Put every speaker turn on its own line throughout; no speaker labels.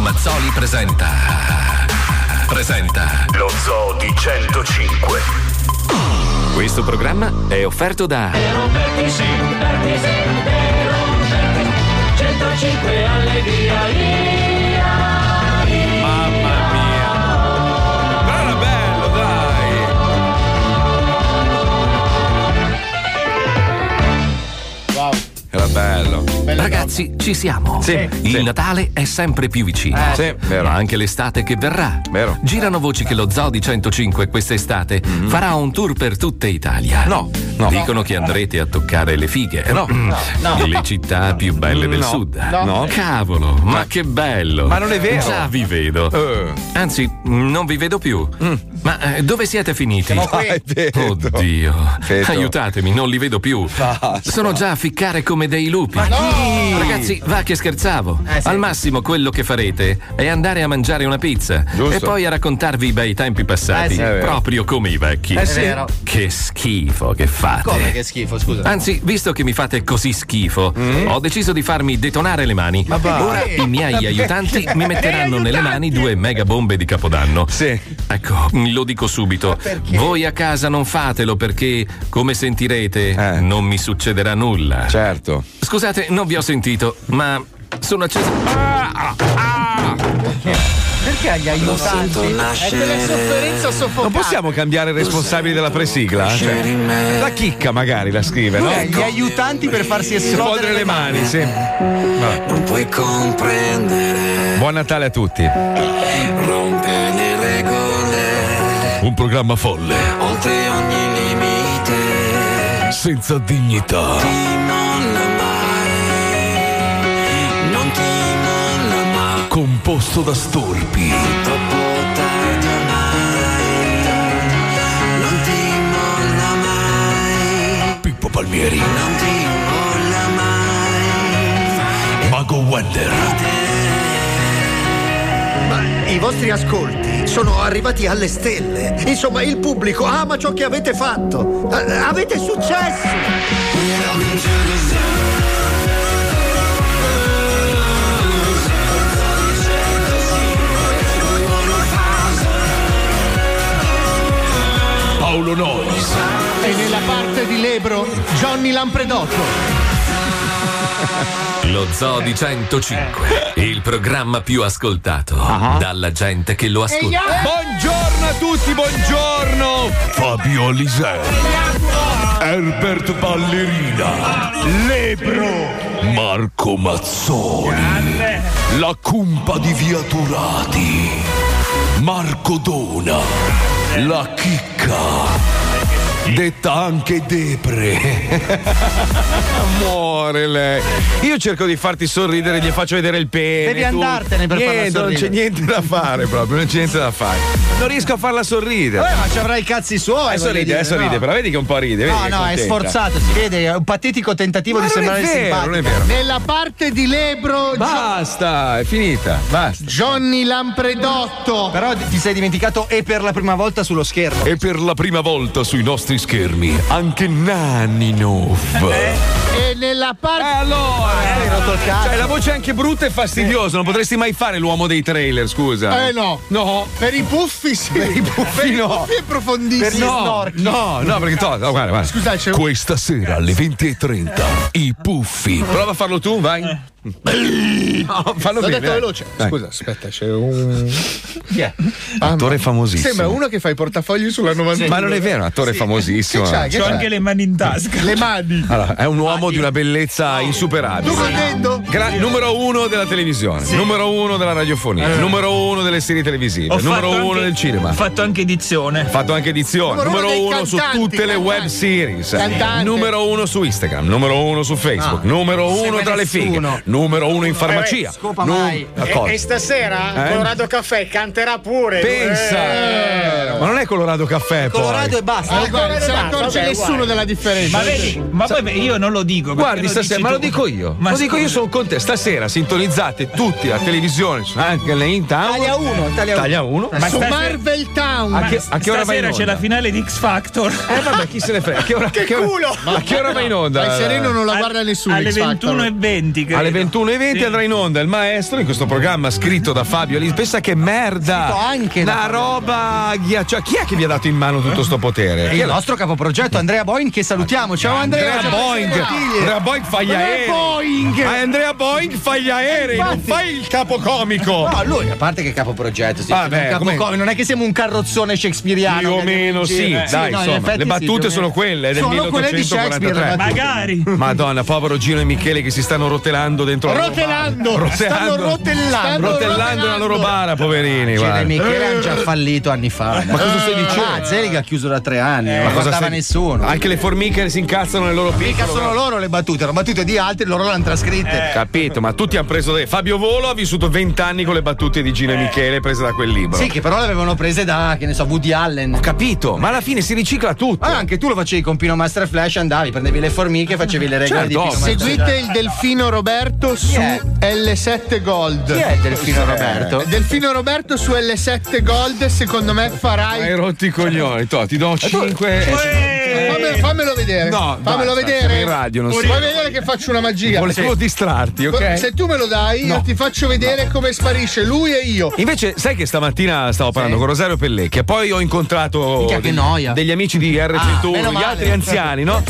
Mazzoli presenta. Presenta.
Lo Zoo di 105.
Questo programma è offerto da.
Mamma mia. Ma era bello, dai.
Wow.
Era bello.
Ragazzi, ci siamo.
Sì,
Il
sì.
Natale è sempre più vicino.
Eh, sì, vero.
Ma anche l'estate che verrà.
Vero. Mhm.
Girano voci che lo Zoo di 105 quest'estate farà un tour per tutta Italia.
No, no.
Dicono che andrete a toccare le fighe.
No, no,
Le città più belle del
No.
sud.
No.
Cavolo, ma che bello.
Ma non è vero.
Già vi vedo.
Eh.
Anzi, non vi vedo più. Ma eh, dove siete finiti?
Dai, Pietro.
Oddio,
Feto.
aiutatemi, non li vedo più. Sono già a ficcare come dei lupi. Ragazzi, va che scherzavo.
Eh,
Al massimo quello che farete è andare a mangiare una pizza
Giusto.
e poi a raccontarvi i bei tempi passati,
Eh sì. È
vero.
proprio come i vecchi.
È vero.
Che schifo che fate.
Come che schifo, scusa.
Anzi, visto che mi fate così schifo,
Mm?
ho deciso di farmi detonare le mani. Ora
Eh.
i miei aiutanti mi metteranno nelle mani due mega bombe di Capodanno.
Sì.
Ecco, lo dico subito. Voi a casa non fatelo perché, come sentirete,
Eh.
non mi succederà nulla.
Certo.
Scusate, non vi ho sentito, ma sono acceso. Ah, ah, ah.
Perché gli aiutanti? È della sofferenza
Non
soffocante.
possiamo cambiare il responsabile della presigla? Cioè, la chicca magari la scrive, no?
Eh, gli aiutanti per farsi esplodere
Sfodere le mani, sì.
Non puoi comprendere,
Buon Natale a tutti.
rompere le regole,
Un programma folle,
oltre ogni limite,
senza dignità.
ti molla mai, non ti molla mai,
Composto da storpi,
troppo tardi ormai, non ti molla mai,
Pippo Palmieri,
non ti molla mai,
Mago Wender,
Ma i vostri ascolti sono arrivati alle stelle. Insomma, il pubblico ama ciò che avete fatto. A- avete successo!
Paolo Nois.
E nella parte di Lebro, Johnny Lampredotto.
Lo Zoo di 105,
Eh.
il programma più ascoltato
Ah.
dalla gente che lo ascolta.
Buongiorno a tutti, buongiorno. Fabio Alisei. Herbert Ballerina. Lebro. Marco Mazzoni. La cumpa di Via Turati. Marco Dona. La chicca. Detta anche Depre. Amore lei. Io cerco di farti sorridere, gli faccio vedere il pene.
Devi andartene per farla
niente, Non c'è
sorridere.
niente da fare proprio, non c'è niente da fare. Non riesco a farla sorridere. Eh,
Vabbè, ma ci avrà i cazzi suoi.
Adesso
voglio
ride,
dire,
adesso
no?
ride, però vedi che un po' ride. vedi
No,
che
no, è
contenta.
sforzato, si vede, è un patetico tentativo
Ma
di
non è
sembrare
vero,
simpatico.
non è vero.
Nella parte di Lebro,
Basta, è finita. Basta.
Johnny Lampredotto. Però ti sei dimenticato e per la prima volta sullo schermo.
E per la prima volta sui nostri schermi, anche Nanni Noff.
E nella parte.
Eh, allora,
hai rotto il cazzo.
Cioè, la voce è anche brutta e fastidiosa. Non potresti mai fare l'uomo dei trailer, scusa.
Eh, no.
No.
Per i puffi sì. Per i
puffi no.
è profondissimo.
No, no, no, perché to, no, guarda, guarda.
Scusate, c'è un-
Questa sera alle 20.30, i puffi.
Prova a farlo tu, vai. No, fallo
L'ho
bene.
detto
dai.
veloce.
Dai.
Scusa, aspetta, c'è un.
Attore famosissimo.
Sembra uno che fa i portafogli sulla 91.
Ma non è vero, è un attore famosissimo.
Che c'hai? Che
Cioè, Ah,
c'hai?
anche le mani in tasca.
Le mani.
allora, è un uomo di una bellezza insuperabile.
Tu contento?
Gra- numero uno della televisione, numero uno della radiofonia, numero uno delle serie televisive, numero
Eh. fatto
uno
anche-
del cinema.
Ho fatto anche edizione.
fatto anche edizione,
Numero
numero,
uno dei
uno su
cantanti,
tutte le
cantanti.
web series,
Cantanti.
numero uno su Instagram, numero uno su Facebook, numero uno tra le fighe, numero uno in
Eh,
farmacia.
Eh, scopa
Nu-
mai.
d'accordo.
E stasera
Eh?
Colorado Caffè canterà pure.
Pensa,
Eh,
Ma non è Colorado Caffè, poi.
Colorado e basta.
Eh, guarda, se ne accorge nessuno della differenza.
Ma vedi, ma poi io non lo dico. perché
Guardi,
lo
stasera,
dici
ma lo
tu.
dico io.
Ma
lo dico io, sono con te. Stasera sintonizzate tutti la televisione, anche le in town.
Italia 1, Italia 1.
Taglia uno.
Ma
Su
stasera-
Marvel Town.
A che, a che ora vai in
Stasera
onda?
c'è la finale di X Factor.
Eh vabbè, chi se ne frega? A Che, ora, che ora- A che ora vai in onda?
Ma il sereno non la guarda nessuno.
Alle
X Factor.
21.20. credo.
Alle 21.20
Sì.
andrà in onda il maestro in questo programma scritto da Fabio Lì. Pensa che merda!
Scritto anche da
Una
Fabio
roba ghiaccia. Chi è che vi ha dato in mano tutto sto potere?
Il nostro capoprogetto Andrea Boin che salutiamo. Ciao Andrea.
Andrea
ciao
Boeing!
Bottiglie.
Andrea Boeing fa gli aerei!
Boeing.
Ah, Andrea Boeing fa gli aerei, non fa il capocomico!
No, lui, a parte che capoprogetto, sì.
Vabbè,
Capo
come-
Covid, non è che siamo un carrozzone shakespeariano.
più o
che-
meno sì,
eh,
dai,
no, in
insomma,
effetti
le
sì,
battute
più o
sono
meno.
quelle del
Sono quelle di Shakespeare,
1843.
Magari.
Madonna, povero Gino e Michele che si stanno rotelando dentro la loro
Rotelando.
bara.
Stanno rotellando.
rotellando la loro bara, poverini.
Cioè,
guarda.
Michele ha già fallito anni fa. Ma
cosa stai dicendo? Eh,
Ah, Zelig ha chiuso da tre anni, non
Ma cosa
guardava
sei-
nessuno.
Anche le formiche si incazzano nel loro piccolo.
Mica sono loro le battute, erano battute di altri, loro le hanno trascritte.
Eh. Capito, ma tutti hanno preso. dei- Fabio Volo ha vissuto 20 anni con le battute di Gino e Michele prese da quel libro.
Eh. Sì, che però le avevano prese da, che ne so, Woody Allen.
Boh. Ho capito, ma alla fine si ricicla tutto.
Ah, anche tu lo facevi con Pino Master Flash, andavi, prendevi le formiche, facevi le regole
Certo.
di Pino Master Flash.
Seguite il Delfino Roberto su
è?
L7 Gold. Eh,
Chi è il delfino Roberto?
Delfino Roberto su L7 Gold, secondo me
Hai
farai.
rotti i coglioni, to, ti do 5.
Eh,
Famme- fammelo vedere.
No,
fammelo
basta,
vedere.
siamo in radio, non si-
Fai vedere che faccio una magia.
Volevo
Sì.
distrarti, ok?
Se tu me lo dai, io ti faccio vedere come sparisce lui e io.
Invece, sai che stamattina stavo parlando con Rosario Pellecchia, poi ho incontrato
Minchia, che
degli-
noia.
degli amici di
Ah,
R101,
meno
gli
male.
altri anziani, no?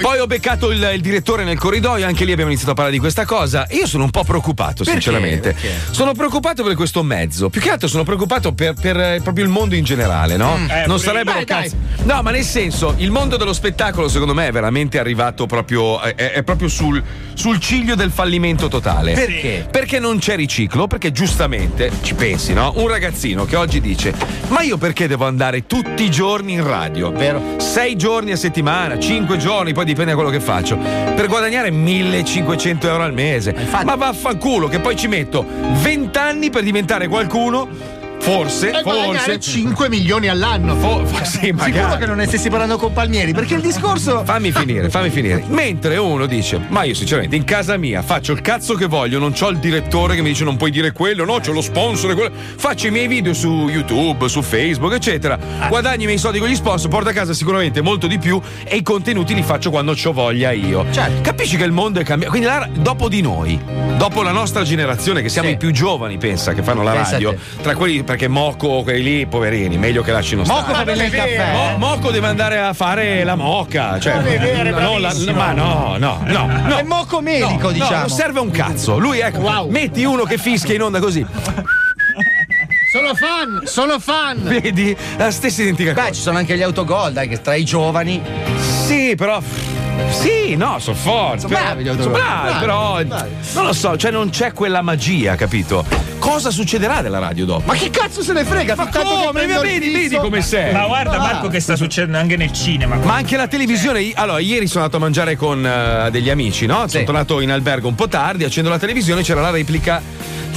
Poi ho beccato il, il direttore nel corridoio, anche lì abbiamo iniziato a parlare di questa cosa. Io sono un po' preoccupato, sinceramente. Sono preoccupato per questo mezzo. Più che altro sono preoccupato per, per, eh, proprio il mondo in generale, no?
Mm.
Eh,
non sarebbero cazzi. No, ma nel senso, il mondo dello spettacolo, secondo me, è veramente arrivato proprio. È, è- è proprio sul, sul ciglio del fallimento totale.
Perché?
Perché non c'è riciclo? Perché giustamente ci pensi, no? Un ragazzino che oggi dice: Ma io perché devo andare tutti i giorni in radio?
Vero.
Sei giorni a settimana, cinque giorni, poi dipende da quello che faccio, per guadagnare 1500 euro al mese.
infatti.
Ma vaffanculo, che poi ci metto 20 anni per diventare qualcuno, forse,
E guadagnare
forse.
5 milioni all'anno.
fo- fo- sì,
Sicuro che
magari.
non ne stessi parlando con Palmieri, perché il discorso.
Fammi finire, fammi finire. Mentre uno dice, ma io sinceramente in casa mia faccio il cazzo che voglio, non c'ho il direttore che mi dice non puoi dire quello, no, c'ho lo sponsor, e quello. faccio i miei video su YouTube, su Facebook, eccetera, guadagno i miei soldi con gli sponsor, porto a casa sicuramente molto di più e i contenuti li faccio quando ho voglia io.
Certo.
Capisci che il mondo è cambiato, quindi la- dopo di noi, dopo la nostra generazione che siamo
Sì.
i più giovani, pensa, che fanno la
Pensa a
radio, tra quelli perché Moco, quelli lì, poverini, meglio che lasciano stare.
Poco fa bene il caffè.
Mo- Moco deve andare a fare la moca. Cioè, non la- ma no, no, no. no.
È moco medico,
No,
diciamo.
non serve un cazzo. Lui, ecco, metti uno che fischia in onda così.
Sono fan, sono fan.
Vedi? La stessa identica cosa.
Beh, ci sono anche gli autogol, dai, che tra i giovani.
Sì, però. Sì, no, sono forti.
Sono
però-
bravi gli autori.
sono bravi, però. Non lo so, cioè non c'è quella magia, capito? Cosa succederà della radio dopo?
Ma che cazzo se ne frega?
Ma come? Vedi, vedi come sei.
Ma
Ah.
guarda
Ah.
Marco che sta succedendo anche nel cinema.
Ma anche la televisione, i- allora ieri sono andato a mangiare con eh, degli amici, no? Sono tornato in albergo un po' tardi, accendo la televisione, c'era la replica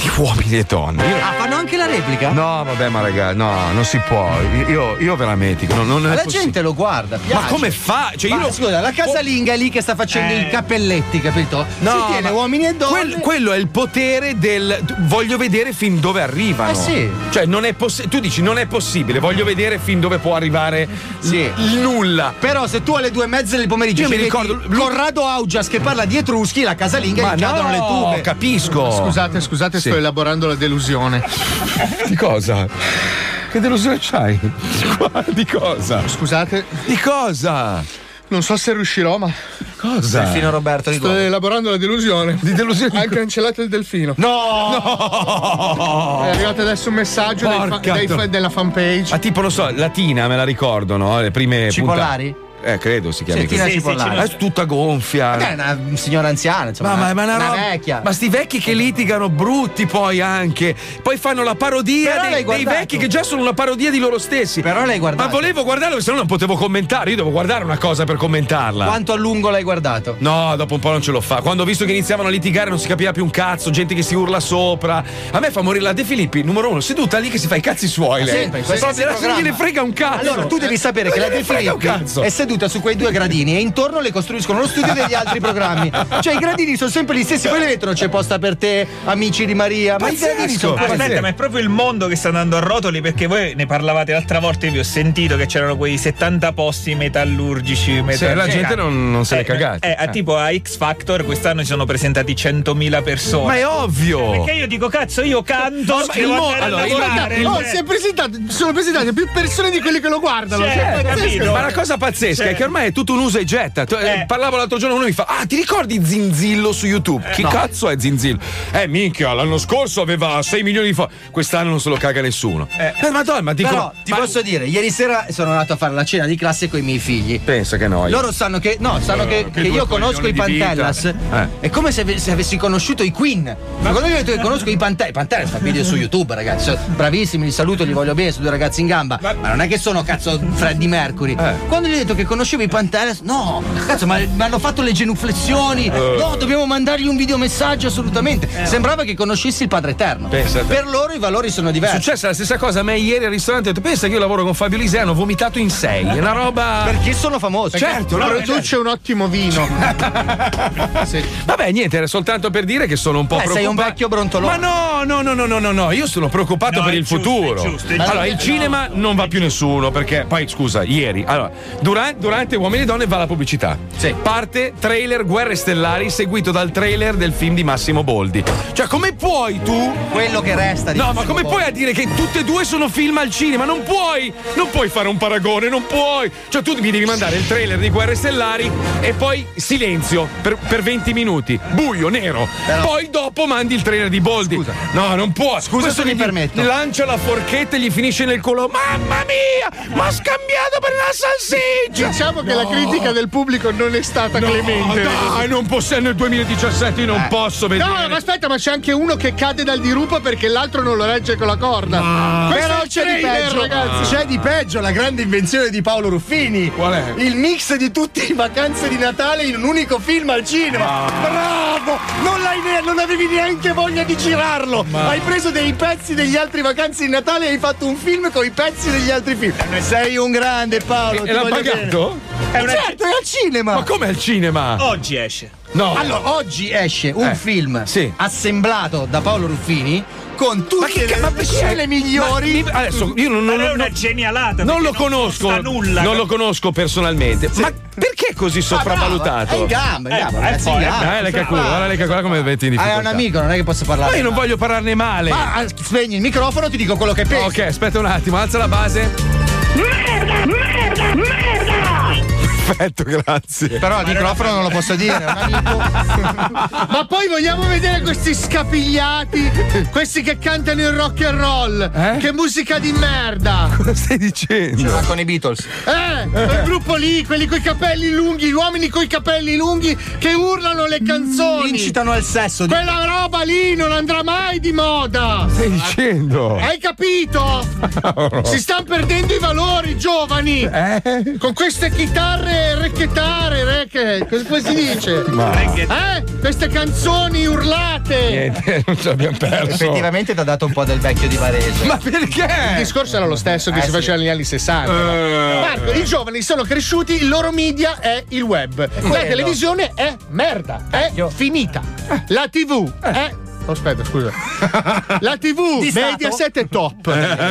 di uomini e donne. Io-
Ah, fanno anche la replica?
No, vabbè, ma raga, no, non si può. Io, io veramente, no, non è
Ma la
possi-
gente lo guarda.
Ma
piace.
come fa? Cioè, io
Ma
lo-
scusa, la casalinga è lì che sta facendo
Eh.
i cappelletti, capito?
No,
si tiene
ma-
uomini e donne.
Quel- quello è il potere del voglio vedere fin dove arrivano.
Eh sì.
Cioè, non è possi- tu dici non è possibile, voglio vedere fin dove può arrivare
Sì.
il nulla.
Però se tu alle due e mezza del pomeriggio
Io
ci
mi
vedi
ricordo- lui-
Corrado Augias che parla di Etruschi, la casalinga
Ma
gli cadono
no,
le tube.
capisco.
Scusate, scusate,
Sì.
sto elaborando la delusione.
Di cosa? Che delusione c'hai? Di cosa?
Scusate,
Di cosa?
non so se riuscirò, ma
Cosa?
Fino Roberto di
sto
Gold.
elaborando la delusione.
Di delusione.
Ha cancellato il delfino.
No! Oh, No!
È arrivato adesso un messaggio dai fa-
Porca
dai
tro-
fa- della fanpage.
Ma tipo, non so, Latina me la ricordo, no? eh, Le prime
Cipolari?
puntate. eh, credo si chiami
Sì, Tina
così.
Cipollari.
Ma è Eh, tutta gonfia.
Vabbè, è una signora anziana, insomma.
Ma, ma, ma una roba-
vecchia.
ma sti vecchi che litigano brutti poi anche poi fanno la parodia
Però
dei,
l'hai
dei
guardato.
vecchi che già sono una parodia di loro stessi però l'hai guardato ma volevo guardarlo se no non potevo commentare io devo guardare una cosa per commentarla
Quanto a lungo l'hai guardato?
No, dopo un po' non ce l'ho fa. Quando ho visto che iniziavano a litigare non si capiva più un cazzo, gente che si urla sopra. A me fa morire la De Filippi, numero uno, seduta lì che si fa i cazzi suoi. Lei.
Sempre, in qualsiasi
Proprio la- non
programma.
gliene frega un cazzo.
Allora, tu devi sapere che la
Non
De
gliene frega un
Filippi
cazzo.
è seduta su quei due gradini e intorno le costruiscono lo studio degli altri programmi. Cioè, i gradini sono sempre gli stessi, poi le mettono c'è posta per te, amici di Maria. Ma i gradini sono
Aspetta, ma è proprio il mondo che sta andando a rotoli perché voi ne parlavate l'altra volta e vi ho sentito che c'erano quei 70 posti metallurgici. metal-
la gente non- non se
Eh,
l'è cagata.
eh, a
Eh.
tipo a X Factor quest'anno si sono presentati 100.000 persone. Cioè,
Ma è ovvio.
Perché io dico, cazzo, io canto.
Ma
e
il
devo
mo-
andare a
allora, il-
lavorare,
oh,
cioè.
si è presentato, sono presentate più persone di quelli che lo guardano.
Cioè,
Cioè, è pazzesco.
Ma la cosa pazzesca è che ormai è tutto un usa e getta. Tu- eh, Parlavo l'altro giorno uno mi fa: Ah, ti ricordi Zinzillo su YouTube? Chi
no.
cazzo è Zinzillo? Eh, minchia, l'anno scorso aveva 6 milioni di fan. Quest'anno non se lo caga nessuno. Eh, madonna, ma dico.
Però ti posso dire, ieri sera sono andato a fare la cena di classe con i miei figli.
Pensa che noia.
Loro sanno che. No, sanno
Eh,
che,
che
che
due
io conosco
coglioni
i
di vita.
Pantellas.
Eh.
È come se, ave- se avessi conosciuto i Queen. Ma quando io ho detto che conosco i Pantellas, Pantellas fa video su YouTube, ragazzi. sono Bravissimi, li saluto, li voglio bene, sono due ragazzi in gamba. Ma, non è che sono cazzo Freddy Mercury.
Eh.
Quando gli ho detto che conoscevo i Pantellas, no, cazzo, ma mi hanno fatto le genuflessioni.
Eh.
No, dobbiamo mandargli un videomessaggio assolutamente. Sembrava che conoscessi il Padre Eterno.
Pensa a te.
Per loro i valori sono diversi.
È successa la stessa cosa a me ieri al ristorante. Ho detto, pensa che io lavoro con Fabio Lisei, hanno vomitato in sei. È una roba.
Perché sono famoso.
Certo, no,
produce un ottimo vino.
Vabbè, niente, era soltanto per dire che sono un po'
Eh, sei
preoccupato.
un vecchio
brontolone. Ma no, no, no, no, no, no, no, io sono preoccupato
No,
per
è
il
giusto,
futuro.
è giusto, è giusto.
allora, il cinema non va più nessuno, perché poi scusa, ieri, allora, dura- durante Uomini e Donne va la pubblicità. Parte trailer Guerre Stellari seguito dal trailer del film di Massimo Boldi. Cioè, come puoi tu
quello che resta di
No, ma
Massimo
come
Boldi.
puoi a dire che tutte e due sono film al cinema? Non puoi! Non puoi fare un paragone, non puoi! Cioè, tu mi devi mandare il trailer di Guerre Stellari e poi silenzio per, per 20 minuti, buio, nero. Poi dopo mandi il trailer di Boldi. No, non può.
Scusa
Questo
se mi
gli-
permetto.
gli Lancia la forchetta e gli finisce nel collo. Mamma mia! Ma ha scambiato per la salsiccia!
Diciamo che la
No.
critica del pubblico non è stata clemente.
No, dai, non posso, è nel 2017 io
Eh.
non posso vedere.
No, ma aspetta, ma c'è anche uno che cade dal dirupo perché l'altro non lo regge con la corda. Questo
Però
è il
c'è di
trailer,
peggio,
ragazzi.
c'è di peggio la grande invenzione di Paolo Ruffini. Qual
è?
Il mix di tutte le vacanze di Natale in un unico film al cinema. Bravo! Non, l'hai ne- non avevi neanche voglia di girarlo.
Ma-
Hai preso dei pezzi degli altri vacanze di Natale e hai fatto un film con i pezzi degli altri film. Sei un grande Paolo.
E-
ti
e Eh, l'ha
voglio
pagato?
bene. Eh, certo, è al cinema.
Ma come al cinema?
Oh,
Oggi esce.
Ah. No.
Allora, oggi esce un
Eh,
film assemblato da Paolo Ruffini con tutte le le scene migliori. Ah,
Ma mi- adesso io non, non,
Ma è una
non-
genialata,
Non lo
perché non
conosco.
costa nulla.
non lo conosco personalmente. Ma perché è
Ah,
così sopravvalutato?
è in gamba, è in gamba, ragazzi, è in gamba.
Eh, le calcolo, guarda le calcolo come metti in
Ah,
difficoltà.
è un amico, non è che posso parlare.
Ma io non voglio parlarne male.
Ma ah, spegni il microfono, ti dico quello che penso.
Ok, aspetta un attimo, alza la base.
Merda, merda, merda!
Perfetto, grazie.
Però il microfono non lo posso dire.
Ma poi vogliamo vedere questi scapigliati, questi che cantano il rock and roll. Che musica di merda.
Eh? Cosa stai dicendo?
Con i Beatles.
Eh, quel gruppo lì, quelli coi capelli lunghi, gli uomini coi capelli lunghi che urlano le canzoni.
Incitano al sesso. di-
Quella roba lì non andrà mai di moda.
Stai dicendo?
Hai capito? Si stanno perdendo i valori, giovani! Con queste chitarre rechetare, recche, cos- come si dice?
Ma-
Eh? Queste canzoni urlate!
Eh.
Niente, non ce l'abbiamo perso.
Effettivamente ti ha dato un po' del vecchio di Varese.
Ma perché?
Il discorso era lo stesso che
Eh,
si
sì.
faceva negli anni 60.
Eh.
Marco, i giovani sono cresciuti, il loro media è il web. La
quello.
televisione è merda, è finita. La TV è. oh, Aspetta, scusa. La TV,
Di Stato?
Mediaset è top.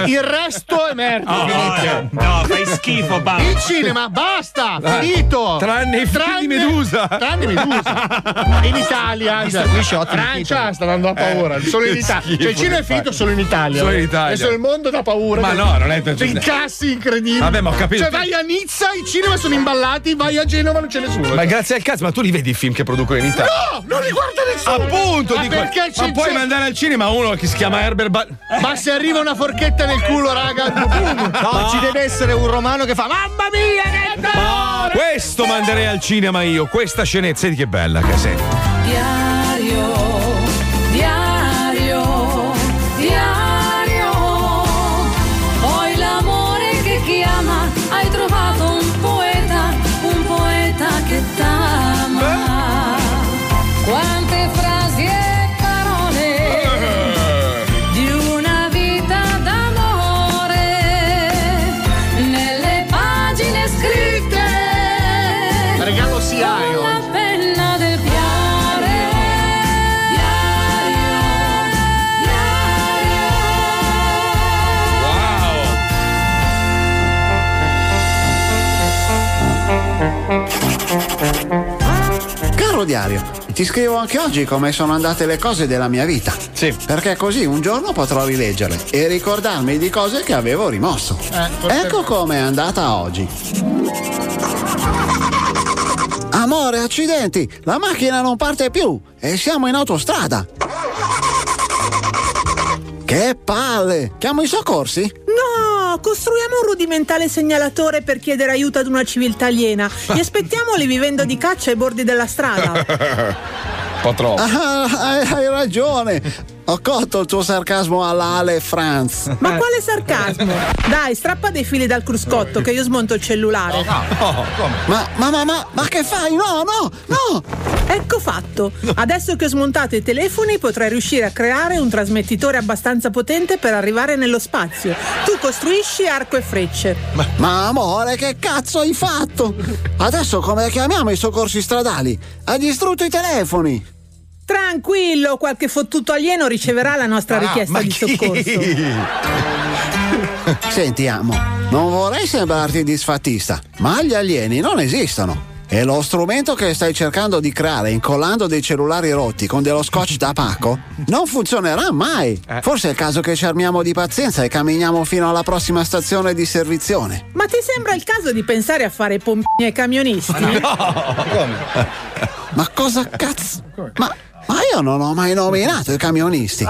Il resto è merda.
No,
Finito.
no, fai schifo, basta.
Il cinema, basta,
Eh,
Dai.
finito.
Tranne i figli di
Medusa. Tranne Medusa. In Italia,
Visto
cioè,
qui shot,
Francia sta dando la
Eh,
paura. solo in
che
Italia. Cioè, il
schifo,
cinema è
infatti.
finito solo in Italia.
Solo in Italia.
Adesso il mondo dà paura.
Ma
che-
no, non è-
Incassi incredibili.
Vabbè, ma ho capito.
Cioè, vai a Nizza, i cinema sono imballati, vai a Genova, non c'è nessuno.
Ma grazie al cazzo, ma tu li vedi i film che producono in Italia?
No, non li guarda nessuno.
Cioè, Appunto,
Ma
dico-
perché c'è
non puoi mandare al cinema uno che si chiama Herbert Ba-
Ma se arriva una forchetta nel culo, raga. boom.
No.
ci deve essere un romano che fa.
Mamma mia, che
Questo manderei al cinema io, questa scenetta. Senti che bella che sei.
Diario, diario, diario. Poi l'amore che chiama, hai trovato un poeta, un poeta che t'ama. Quante frasi e parole
Eh.
di una vita d'amore nelle pagine scritte.
Regalo
con
Siaio.
la penna del piare.
Caro diario, ti scrivo anche oggi come sono andate le cose della mia vita. Sì. Perché così un giorno potrò rileggerle e ricordarmi di cose che avevo rimosso. Ecco com'è andata oggi. Amore, accidenti, la macchina non parte più e siamo in autostrada. Che palle! Chiamo i soccorsi?
No, costruiamo un rudimentale segnalatore per chiedere aiuto ad una civiltà aliena. Li aspettiamoli vivendo di caccia ai bordi della strada.
Un po' troppo.
Ah, hai, hai ragione. Ho cotto il tuo sarcasmo alla Ale Franz.
Ma quale sarcasmo? Dai, strappa dei fili dal cruscotto che io smonto il cellulare.
Ma, ma, ma, ma, ma che fai? No, no, no!
Ecco fatto. Adesso che ho smontato i telefoni potrai riuscire a creare un trasmettitore abbastanza potente per arrivare nello spazio. Tu costruisci arco e frecce.
Ma, amore, che cazzo hai fatto? Adesso come chiamiamo i soccorsi stradali? Hai distrutto i telefoni!
Tranquillo, qualche fottuto alieno riceverà la nostra
Ah,
richiesta
ma
di
chi?
soccorso.
Senti, amo, non vorrei sembrarti disfattista, ma gli alieni non esistono. E lo strumento che stai cercando di creare incollando dei cellulari rotti con dello scotch da pacco non funzionerà mai. Forse è il caso che ci armiamo di pazienza e camminiamo fino alla prossima stazione di servizione.
Ma ti sembra il caso di pensare a fare pompini ai camionisti?
Ma cosa cazzo? Ma, ma io non ho mai nominato i camionisti.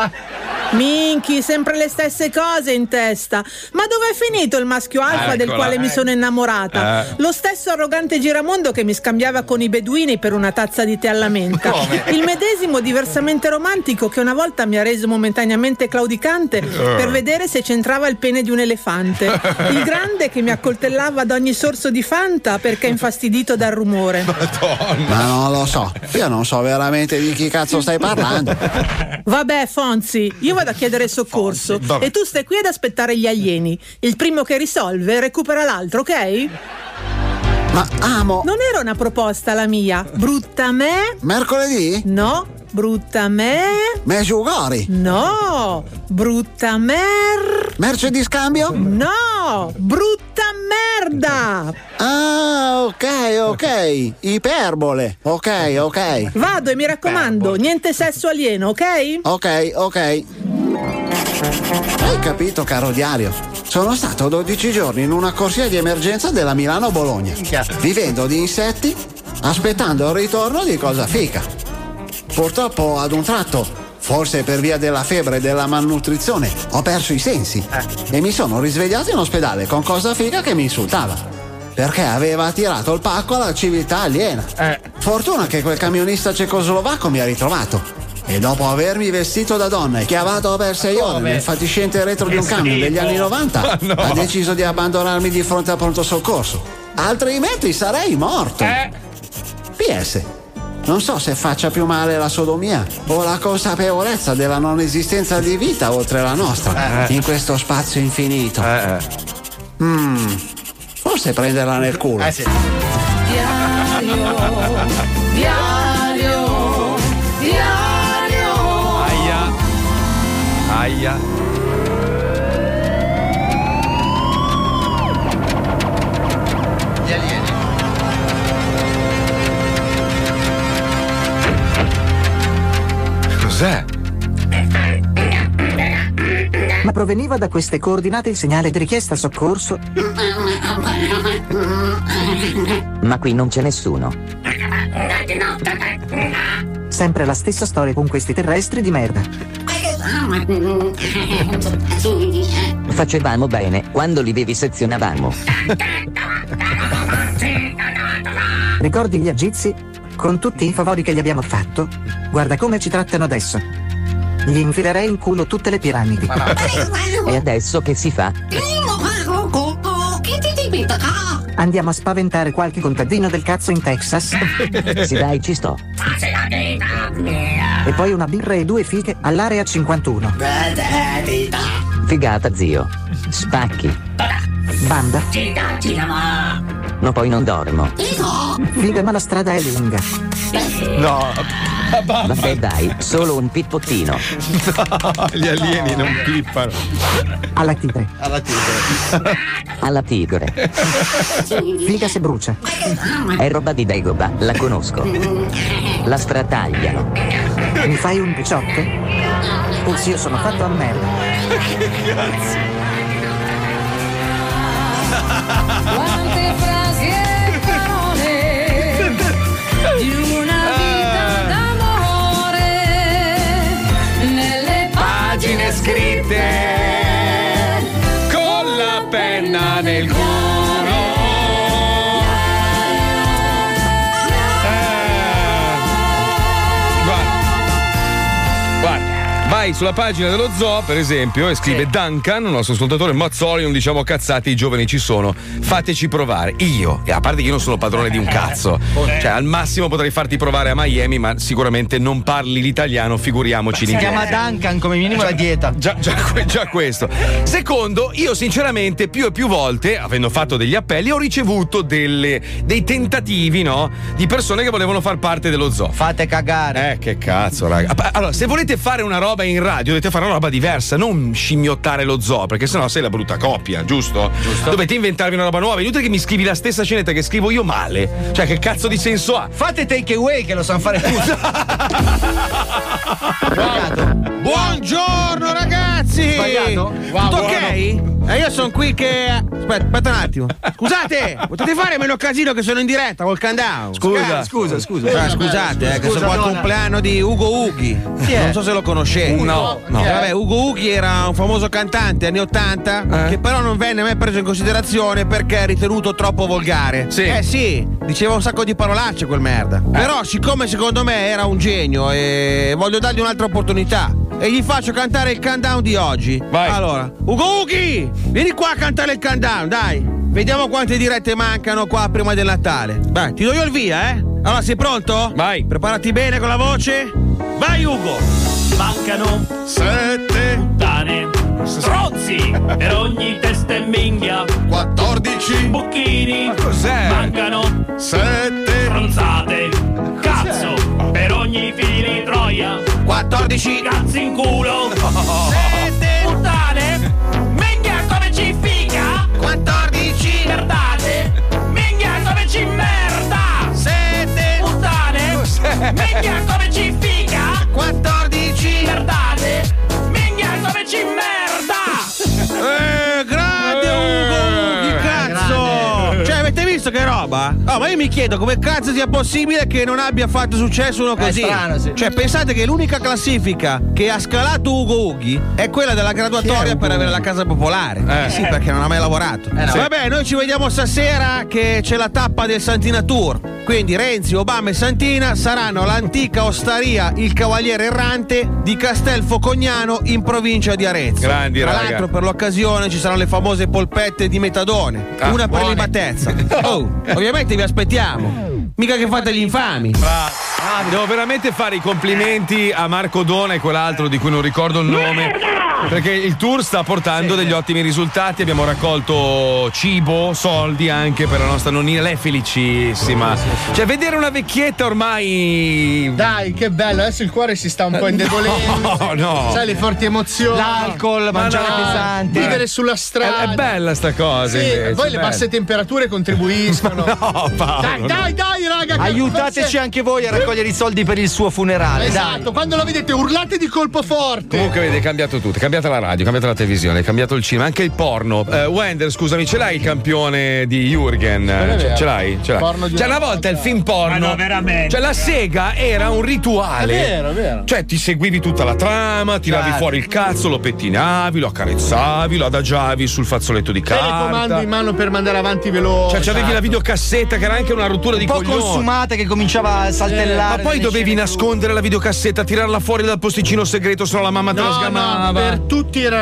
Minchi, sempre le stesse cose in testa. Ma dov'è finito il maschio alfa del
Eccola.
quale mi sono innamorata?
Eh.
Lo stesso arrogante giramondo che mi scambiava con i beduini per una tazza di tè alla menta.
Come?
Il medesimo diversamente romantico che una volta mi ha reso momentaneamente
Eh.
claudicante per vedere se c'entrava il pene di un elefante. Il grande che mi accoltellava ad ogni sorso di fanta perché infastidito dal rumore.
Ma non lo so, io non so veramente di chi cazzo stai parlando.
Vabbè, Fonzi, io vado a chiedere soccorso
vabbè.
e tu stai qui ad aspettare gli alieni. Il primo che risolve recupera l'altro, ok?
Ma amo.
Non era una proposta la mia. Brutta me.
Mercoledì?
No. Brutta me.
Mesugori?
No. Brutta mer.
Merce di scambio?
No. Brutta merda.
Ah, ok, ok. Iperbole. Ok, ok.
Vado e mi raccomando, niente sesso alieno, ok?
Ok, ok. Hai capito, caro diario? Sono stato 12 giorni in una corsia di emergenza della Milano-Bologna, vivendo di insetti, aspettando il ritorno di cosa fica. Purtroppo, ad un tratto, forse per via della febbre e della malnutrizione, ho perso i sensi e mi sono risvegliato in ospedale con cosa fica che mi insultava. Perché aveva tirato il pacco alla civiltà aliena. Fortuna che quel camionista cecoslovacco mi ha ritrovato. E dopo avermi vestito da donna e chiavato per sei ore nel fatiscente retro di un
Che
camion degli
schifo.
anni 90,
Ma no.
ha deciso di abbandonarmi di fronte al pronto soccorso. Altrimenti sarei morto.
Eh.
PS. Non so se faccia più male la sodomia o la consapevolezza della non esistenza di vita oltre la nostra,
Eh.
in questo spazio infinito. Mm, forse prenderla nel culo.
Eh
Diario, diario.
Aia. Aia. Cos'è?
Ma proveniva da queste coordinate il segnale di richiesta soccorso? Ma qui non c'è nessuno.
Sempre la stessa storia con questi terrestri di merda.
Facevamo bene quando li vivisezionavamo.
Ricordi gli agizi? Con tutti i favori che gli abbiamo fatto? Guarda come ci trattano adesso. Gli infilerei in culo tutte le piramidi.
E adesso che si fa?
Andiamo a spaventare qualche contadino del cazzo in Texas?
Sì, dai,
ci sto. E poi una birra e due fiche all'area 51.
Figata, zio. Spacchi.
Banda.
No, poi non dormo.
Figa ma la strada è lunga.
No.
Ah,
Vabbè dai, solo un pippottino.
Gli alieni non pippano.
Alla tigre.
Alla tigre. Alla tigre.
Figa se brucia.
È roba di Dagoba, la conosco. La stratagliano.
Mi fai un picciotto? Puzzi, io sono fatto a merda.
che cazzo?
Quante frasi e parole di una vita d'amore nelle pagine scritte
con la penna nel culo. Eh, Guarda, guarda, vai sulla pagina dello zoo, per esempio, e scrive Duncan, un nostro ascoltatore, Mazzoli, non diciamo cazzate, i giovani ci sono, fateci provare. Io, e a parte che io non sono padrone di un cazzo, cioè al massimo potrei farti provare a Miami, ma sicuramente non parli l'italiano, figuriamoci
Si
l'inglese.
chiama Duncan come minimo la dieta.
Già, già, que- già questo. Secondo, io sinceramente più e più volte, avendo fatto degli appelli, ho ricevuto delle- dei tentativi, no? Di persone che volevano far parte dello zoo.
Fate cagare.
Eh, che cazzo, raga. Ah, Allora, se volete fare una roba in radio, dovete fare una roba diversa, non scimmiottare lo zoo, perché sennò sei la brutta coppia, giusto? Dovete inventarvi una roba nuova. È Inutile che mi scrivi la stessa scenetta che scrivo io male. Cioè, che cazzo di senso ha?
Fate takeaway che lo sanno fare tutti.
Buongiorno ragazzi!
Sbagliato?
Wow, Tutto ok? Eh, io sono qui che. Aspetta, aspetta un attimo. Scusate, potete fare meno casino che sono in diretta col countdown?
Scusa. Scusa, scusa.
Cioè, scusate, eh, che
Scusa,
sono qua al
donna.
compleanno di Ugo Ughi.
Chi è?
Non so se lo conoscete.
No, no.
Eh, Vabbè, Ugo Ughi era un famoso cantante anni
Eh.
80 che però non venne mai preso in considerazione perché è ritenuto troppo volgare.
Sì.
Eh sì, Eh. diceva un sacco di parolacce quel merda. Però siccome secondo me era un genio e voglio dargli un'altra opportunità e gli faccio cantare il countdown di oggi. Vai. Allora, Ugo Ughi, vieni qua a cantare il countdown, dai. Vediamo quante dirette mancano qua prima del Natale. Vai, ti do io il via, eh? Allora, sei pronto? Vai. Preparati bene con la voce. Vai, Ugo.
Mancano sette puttane Strozzi per ogni testa e minghia 14 bucchini
Cos'è?
Mancano sette Oh. stronzate Cazzo per ogni figlio di troia 14 cazzi in culo Sette puttane Minghia come ci figa 14 merdate Minghia come ci merda Sette puttane Minghia come ci figa 14 merdate Minghia come ci merda
Eh, grande Ugo,
eh,
che cazzo! Cioè, avete visto che roba? Oh, ma io mi chiedo come cazzo sia possibile che non abbia fatto successo uno
È
così.
Eh, strano, sì.
Cioè, pensate che l'unica classifica che ha scalato Ugo Ughi è quella della
Chi è
graduatoria
Ugo
per avere
Ughi?
la casa popolare. Eh. Sì, perché non ha mai lavorato.
Eh, no.
Sì. Vabbè, noi ci vediamo stasera che c'è la tappa del Santina Tour. Quindi Renzi, Obama e Santina saranno all'antica osteria Il Cavaliere Errante di Castelfo Cognano in provincia di Arezzo.
Grandi,
Tra
raga.
l'altro per l'occasione ci saranno le famose polpette di metadone,
Ah,
una per
buone.
l'imatezza. Oh, ovviamente vi aspettiamo. Mica che fate gli infami.
Bra- Ah, Devo veramente fare i complimenti a Marco Dona e quell'altro di cui non ricordo il nome. Perché il tour sta portando degli ottimi risultati. Abbiamo raccolto cibo, soldi anche per la nostra nonnina. Lei è felicissima. Cioè, vedere una vecchietta ormai.
Dai, che bello, adesso il cuore si sta un po' indebolendo.
No, no.
Sai le forti emozioni.
L'alcol, mangiare pesante.
Vivere sulla strada.
È, è bella sta cosa.
Sì,
invece,
poi le
bella.
basse temperature contribuiscono.
No,
Ah,
Paolo,
dai,
no.
dai, dai, raga. che
Aiutateci
forse-
anche voi a raccogliere i soldi per il suo funerale.
Esatto, quando lo vedete urlate di colpo forte.
Comunque, vedi, è cambiato tutto. È cambiata la radio, cambiata la televisione, cambiato il cinema, anche il porno. Eh, Wender, scusami, ce l'hai il campione di Jürgen?
è
Eh, Ce,
vero.
ce l'hai? Ce l'hai?
Porno di
Cioè, una volta il
Ah,
film porno.
Ma no, veramente.
Cioè, la sega era un rituale.
È vero, è vero.
Cioè, ti seguivi tutta la trama, tiravi
Certo.
fuori il cazzo, lo pettinavi, lo accarezzavi, lo adagiavi sul fazzoletto di
Telecomando
carta.
in mano per mandare avanti veloce.
Cioè, c'avevi la videocassetta che era anche una rottura di
Un po'
coglioni. Eh.
consumata
che cominciava a saltellare
Ma poi
nelle
dovevi nascondere la videocassetta, tirarla fuori dal posticino segreto, sennò la mamma te la
No,
sgamava. Ah,
no, per tutti era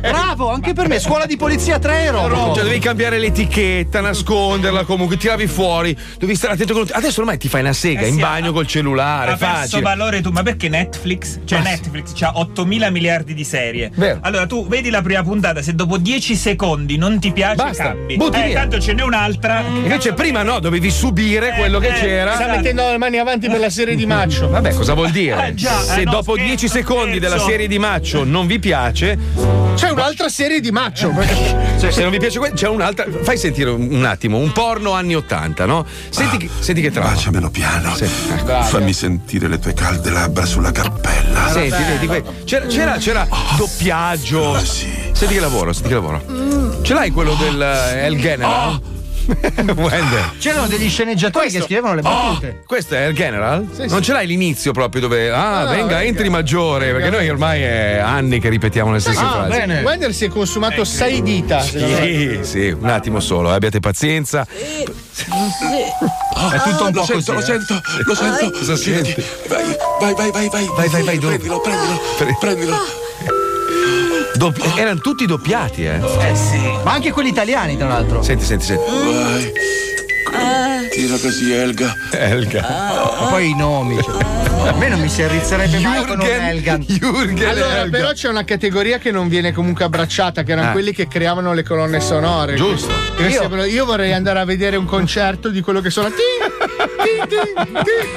Bravo, anche per me, scuola di polizia 3
Cioè,
euro.
dovevi cambiare l'etichetta, nasconderla comunque, tiravi fuori, dovevi stare attento con. Adesso ormai ti fai una sega
Eh sì,
in bagno col cellulare,
ha perso
facile. Ah,
valore tu, ma perché Netflix? Cioè, Netflix ha 8.000 miliardi di serie. Allora tu vedi la prima puntata, se dopo 10 secondi non ti piace, cambi.
butti
eh,
via.
tanto ce n'è un'altra.
Invece prima no, dovevi subire
Eh,
quello che c'era.
Sta mettendo le mani avanti per la serie di Maccio.
Vabbè, cosa vuol dire?
Eh, già, eh,
Se
no,
dopo 10 secondi della serie di Maccio non vi piace,
C'è un'altra serie di Maccio.
cioè, se non vi piace que- c'è un'altra. Fai sentire un un attimo, un porno anni 80, no? Senti, che- senti che trama.
Baciamelo piano. Ecco. Fammi sentire le tue calde labbra sulla cappella.
Senti, vedi, que- c'era, c'era, c'era doppiaggio. Senti che lavoro, senti che lavoro.
Esatto.
Ce l'hai quello del eh, El General? Wender.
C'erano degli sceneggiatori che scrivevano le battute.
Oh, questo è il general? non ce l'hai l'inizio proprio dove. Ah,
No, no,
venga,
venga.
entri maggiore, perché noi ormai è anni che ripetiamo le stesse
Ah,
frasi.
bene. Wender si è consumato sei dita.
Ecco. Sì, sì, un attimo solo, eh, abbiate pazienza.
È
Ah,
tutto un po'
lo sento,
così,
Lo
eh.
sento, lo sento.
Cosa senti?
Vai, vai, vai, vai.
Vai, vai, vai, dove?
Prendilo, prendilo. prendilo.
Doppi- erano tutti doppiati, eh.
Eh sì. Ma anche quelli italiani, tra l'altro.
Senti, senti, senti.
Vai.
Eh.
Tira così, Elga.
Elga.
Ma poi i nomi. cioè. A me non mi si arrizzerebbe mai con un Elgan.
allora, però c'è una categoria che non viene comunque abbracciata, che erano
Ah.
quelli che creavano le colonne sonore.
Eh. Giusto.
Che sembrano- Io, vorrei andare a vedere un concerto di quello che sono.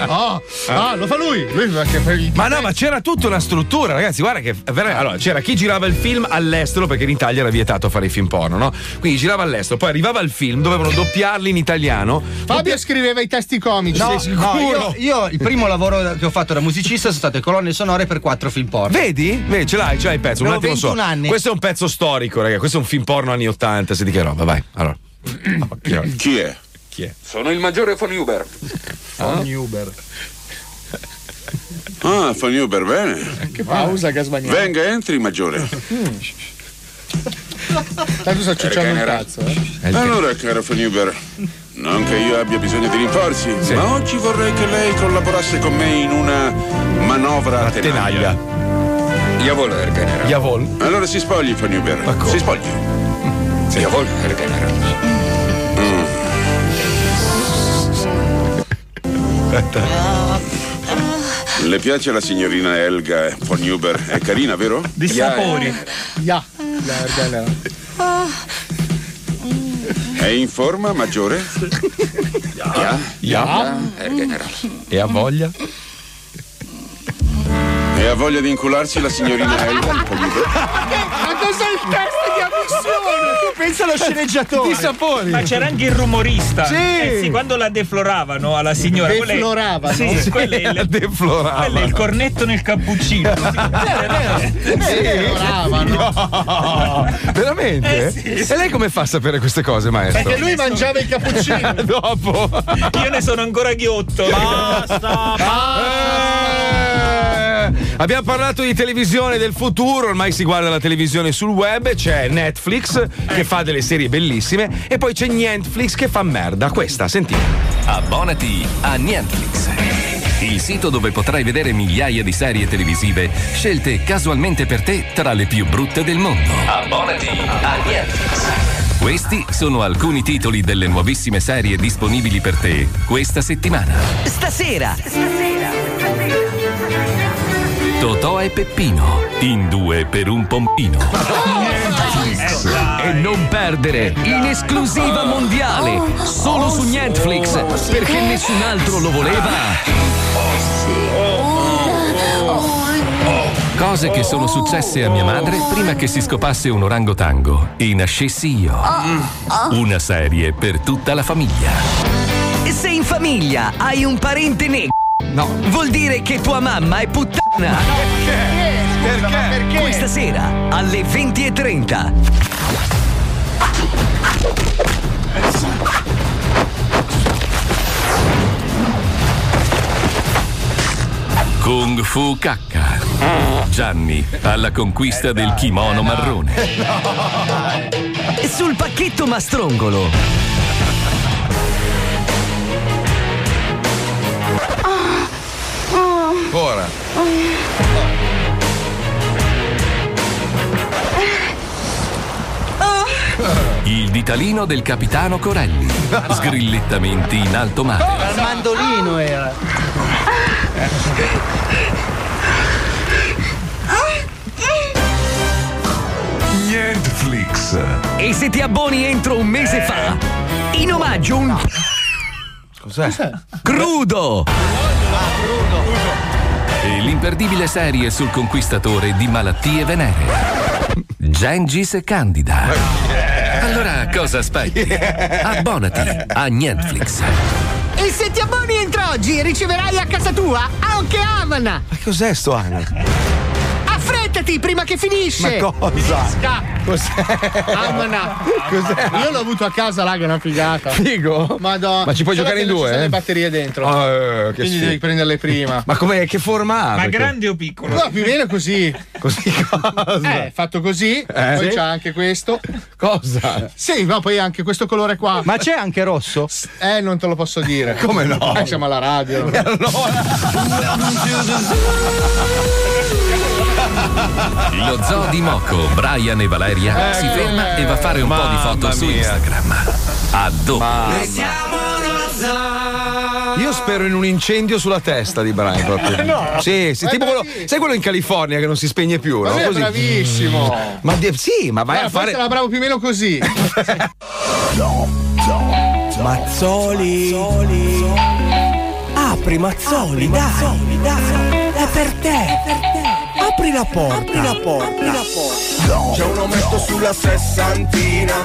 Oh, ah, lo fa lui. lui fa che fa il-
Ma no, ma c'era tutta una struttura, ragazzi. Guarda che. vera- Allora, c'era chi girava il film all'estero, perché in Italia era vietato fare i film porno, no? Quindi girava all'estero, poi arrivava il film, dovevano doppiarli in italiano.
Fabio scriveva i testi comici.
No, no, io, io il primo lavoro che ho fatto da musicista sono state colonne sonore per quattro film porno.
Vedi? Vedi, ce l'hai, ce l'hai il pezzo. Cioè, Un
Avevo
attimo solo.
21 anni.
Questo è un pezzo storico, raga. Questo è un film porno anni 80, senti che roba, vai. Allora.
Ah. Chi è?
Chi è?
Sono il maggiore von Uber.
Von
Uber. Ah, von Uber, bene.
Che pausa che ha sbagliato.
Venga, entri, maggiore.
Tanto sta ciucciando un
General.
cazzo. eh.
Allora, caro von Uber, non che io abbia bisogno di rinforzi, ma oggi vorrei che lei collaborasse con me in una manovra a tenaglia. Javol, Herr General.
Javol.
Allora si spogli, von Uber. Si spogli. Javol, Herr General. Mm. Le piace la signorina Elga von Uber? È carina, vero?
Di
Ya,
sapori.
Ya. Ah. Herr General.
È in forma, maggiore? Eh, Ya.
Ya.
Herr General.
E ha voglia?
E ha voglia di incularsi la signorina Elga von Uber?
Ma cos'è il test di ammissione? Eh,
Tu pensa allo sceneggiatore.
Di
sapori.
Ma c'era anche il rumorista.
Sì.
Eh sì, quando la defloravano alla signora. quella è-
Defloravano?
Sì,
Sì,
quella è
la
il,
defloravano.
quello è il cornetto nel cappuccino.
Veramente?
Eh, sì,
E lei come fa a sapere queste cose, maestro?
Perché lui mangiava il cappuccino.
Ecco. Dopo.
Io ne sono ancora ghiotto.
Abbiamo parlato di televisione del futuro, ormai si guarda la televisione sul web, c'è Netflix che fa delle serie bellissime e poi c'è Netflix che fa merda. Questa, sentite.
Abbonati a Niantlix, il sito dove potrai vedere migliaia di serie televisive scelte casualmente per te tra le più brutte del mondo. Abbonati a Niantlix. Questi sono alcuni titoli delle nuovissime serie disponibili per te questa settimana.
Stasera.
Totò e Peppino, in due per un pompino.
E
non perdere in esclusiva mondiale solo su Netflix perché nessun altro lo voleva.
Oh.
Oh.
Cose che sono successe a mia madre prima che si scopasse un orangotango e nascessi io.
Oh. Mm.
Una serie per tutta la famiglia.
Se in famiglia hai un parente neg.
No.
Vuol dire che tua mamma è puttana.
Perché? Ma perché?
Questa sera alle 20.30.
Kung Fu Cacca. Gianni alla conquista del kimono marrone.
Sul pacchetto Mastrongolo.
Ora.
Il ditalino del capitano Corelli. Sgrillettamenti in alto mare.
Al mandolino era.
Netflix. E se ti abboni entro un mese fa, in omaggio un.
Cos'è?
Crudo!
E l'imperdibile serie sul conquistatore di malattie veneree. Gengis Candida. Allora cosa aspetti? Abbonati a Netflix.
E se ti abboni entro oggi riceverai a casa tua anche Avana!
Ma cos'è sto Ana?
Affrettati prima che finisce!
Ma cosa?
Finisca!
Cos'è?
Amana. Io l'ho avuto a casa, raga, è una figata.
Figo?
Madonna.
Ma ci puoi
Solo
giocare
che
in
non
due,
Ci sono
eh?
le batterie dentro.
Ah, eh, che
Quindi
sfiga.
devi prenderle prima.
Ma com'è? Che forma ha?
Ma
Ah, Perché-
grande
o piccolo?
No, più o meno così.
Così cosa?
Eh, fatto così,
Sì.
poi c'è anche questo.
Cosa?
Sì, ma poi anche questo colore qua.
Ma c'è anche rosso?
Eh, non te lo posso dire.
Come no?
Eh, siamo alla radio.
Lo zoo di Moco, Brian e Valeria si ferma e va a fare un po' di foto su Instagram. A dopo.
Io spero in un incendio sulla testa di Brian proprio.
No.
Sì, sì,
Ma è
tipo quello, sai quello in California che non si spegne più,
Ma
no?
lui è
Così.
bravissimo.
Ma di- sì, ma vai
Allora,
a fare
forse la bravo più o meno così.
Mazzoli. Apri Mazzoli, dai. È per te.
Eh,
Apri la porta. Apri la porta.
C'è un ometto sulla sessantina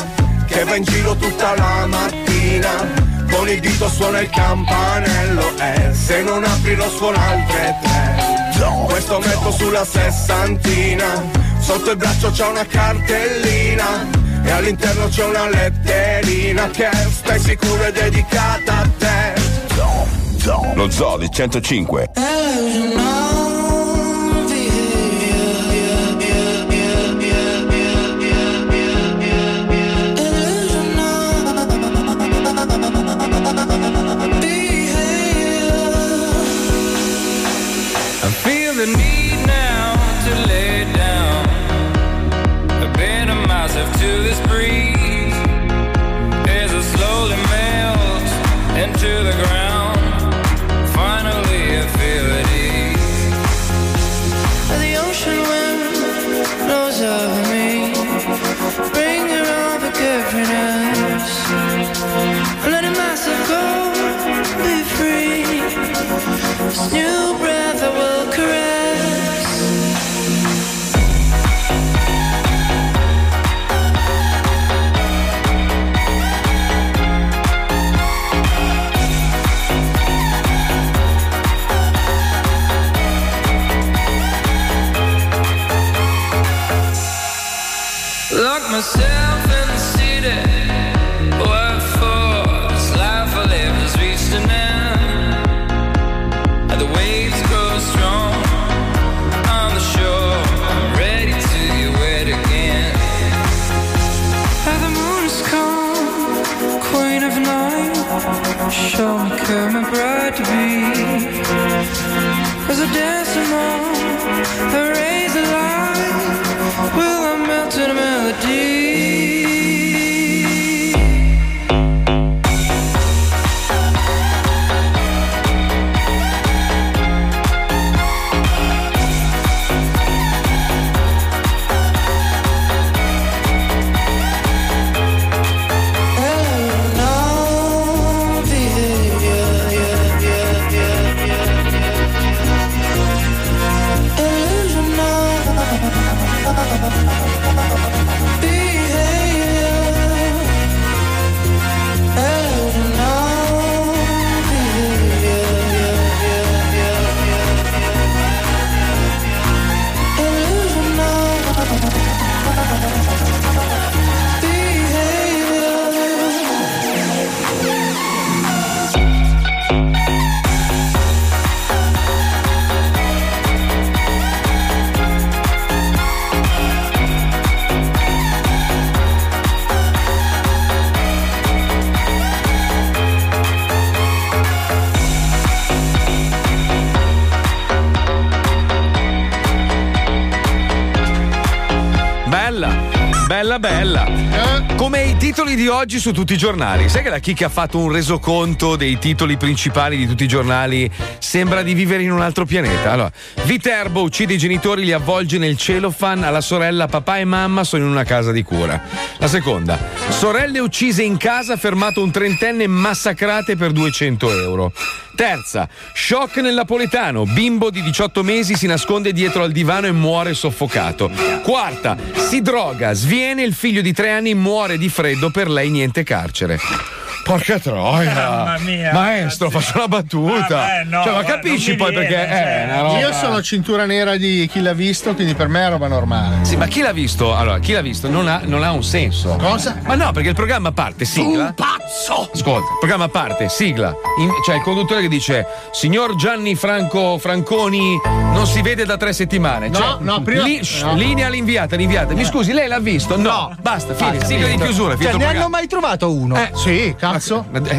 che va in giro tutta la mattina. Con il dito suona il campanello e se non apri lo suona altre tre. Questo ometto sulla sessantina, sotto il braccio c'è una cartellina. E all'interno c'è una letterina che stai sicuro è dedicata a te.
Lo zoo di 105.
I feel the need now to lay down. Abandon myself to this breeze as it slowly melts into the ground. Finally, I feel at ease.
The ocean wind blows over me, bringing all the goodness. Letting myself go, be free. This new breath I will caress.
Lock myself in the city. What for? This life I live has reached an end. And the waves grow strong on the shore. I'm ready to you wet again.
How the moon is calm, queen of night. Show me come and bride to be. As I dance among the rays of light, will I melt to the melody?
Bella. Bella, bella. Come i titoli di oggi su tutti i giornali. Sai che la Chicca ha fatto un resoconto dei titoli principali di tutti i giornali? Sembra di vivere in un altro pianeta. Allora, Viterbo uccide i genitori, li avvolge nel cellophane alla sorella, papà e mamma sono in una casa di cura. La seconda, sorelle uccise in casa, fermato un trentenne, massacrate per 200 euro. Terza, shock nel napoletano, bimbo di 18 mesi si nasconde dietro al divano e muore soffocato. Quarta, si droga, sviene il figlio di tre anni, muore di freddo, per lei niente carcere. Porca troia!
Mamma mia,
Maestro, faccio una battuta!
Vabbè, no,
Cioè, ma
guarda,
capisci
non
poi
mi
perché
viene, cioè,
è una roba.
Io sono cintura nera di chi l'ha visto, quindi per me è roba normale.
Sì, ma chi l'ha visto? Allora, chi l'ha visto non ha, non ha un senso. Cosa? Ma no, perché il programma parte, sigla.
Un pazzo!
Ascolta, programma parte, sigla. In- c'è il conduttore che dice: Signor Gianni Franco Franconi, non si vede da tre settimane.
No,
Cioè,
no, prima-
li- shh,
no. Eh.
Linea l'inviata, l'inviata. Mi scusi, lei l'ha visto? No. Basta, fine, sigla di chiusura. finito
Ah, Cioè,
il
ne hanno
programma.
mai trovato uno? Eh, sì, cazzo.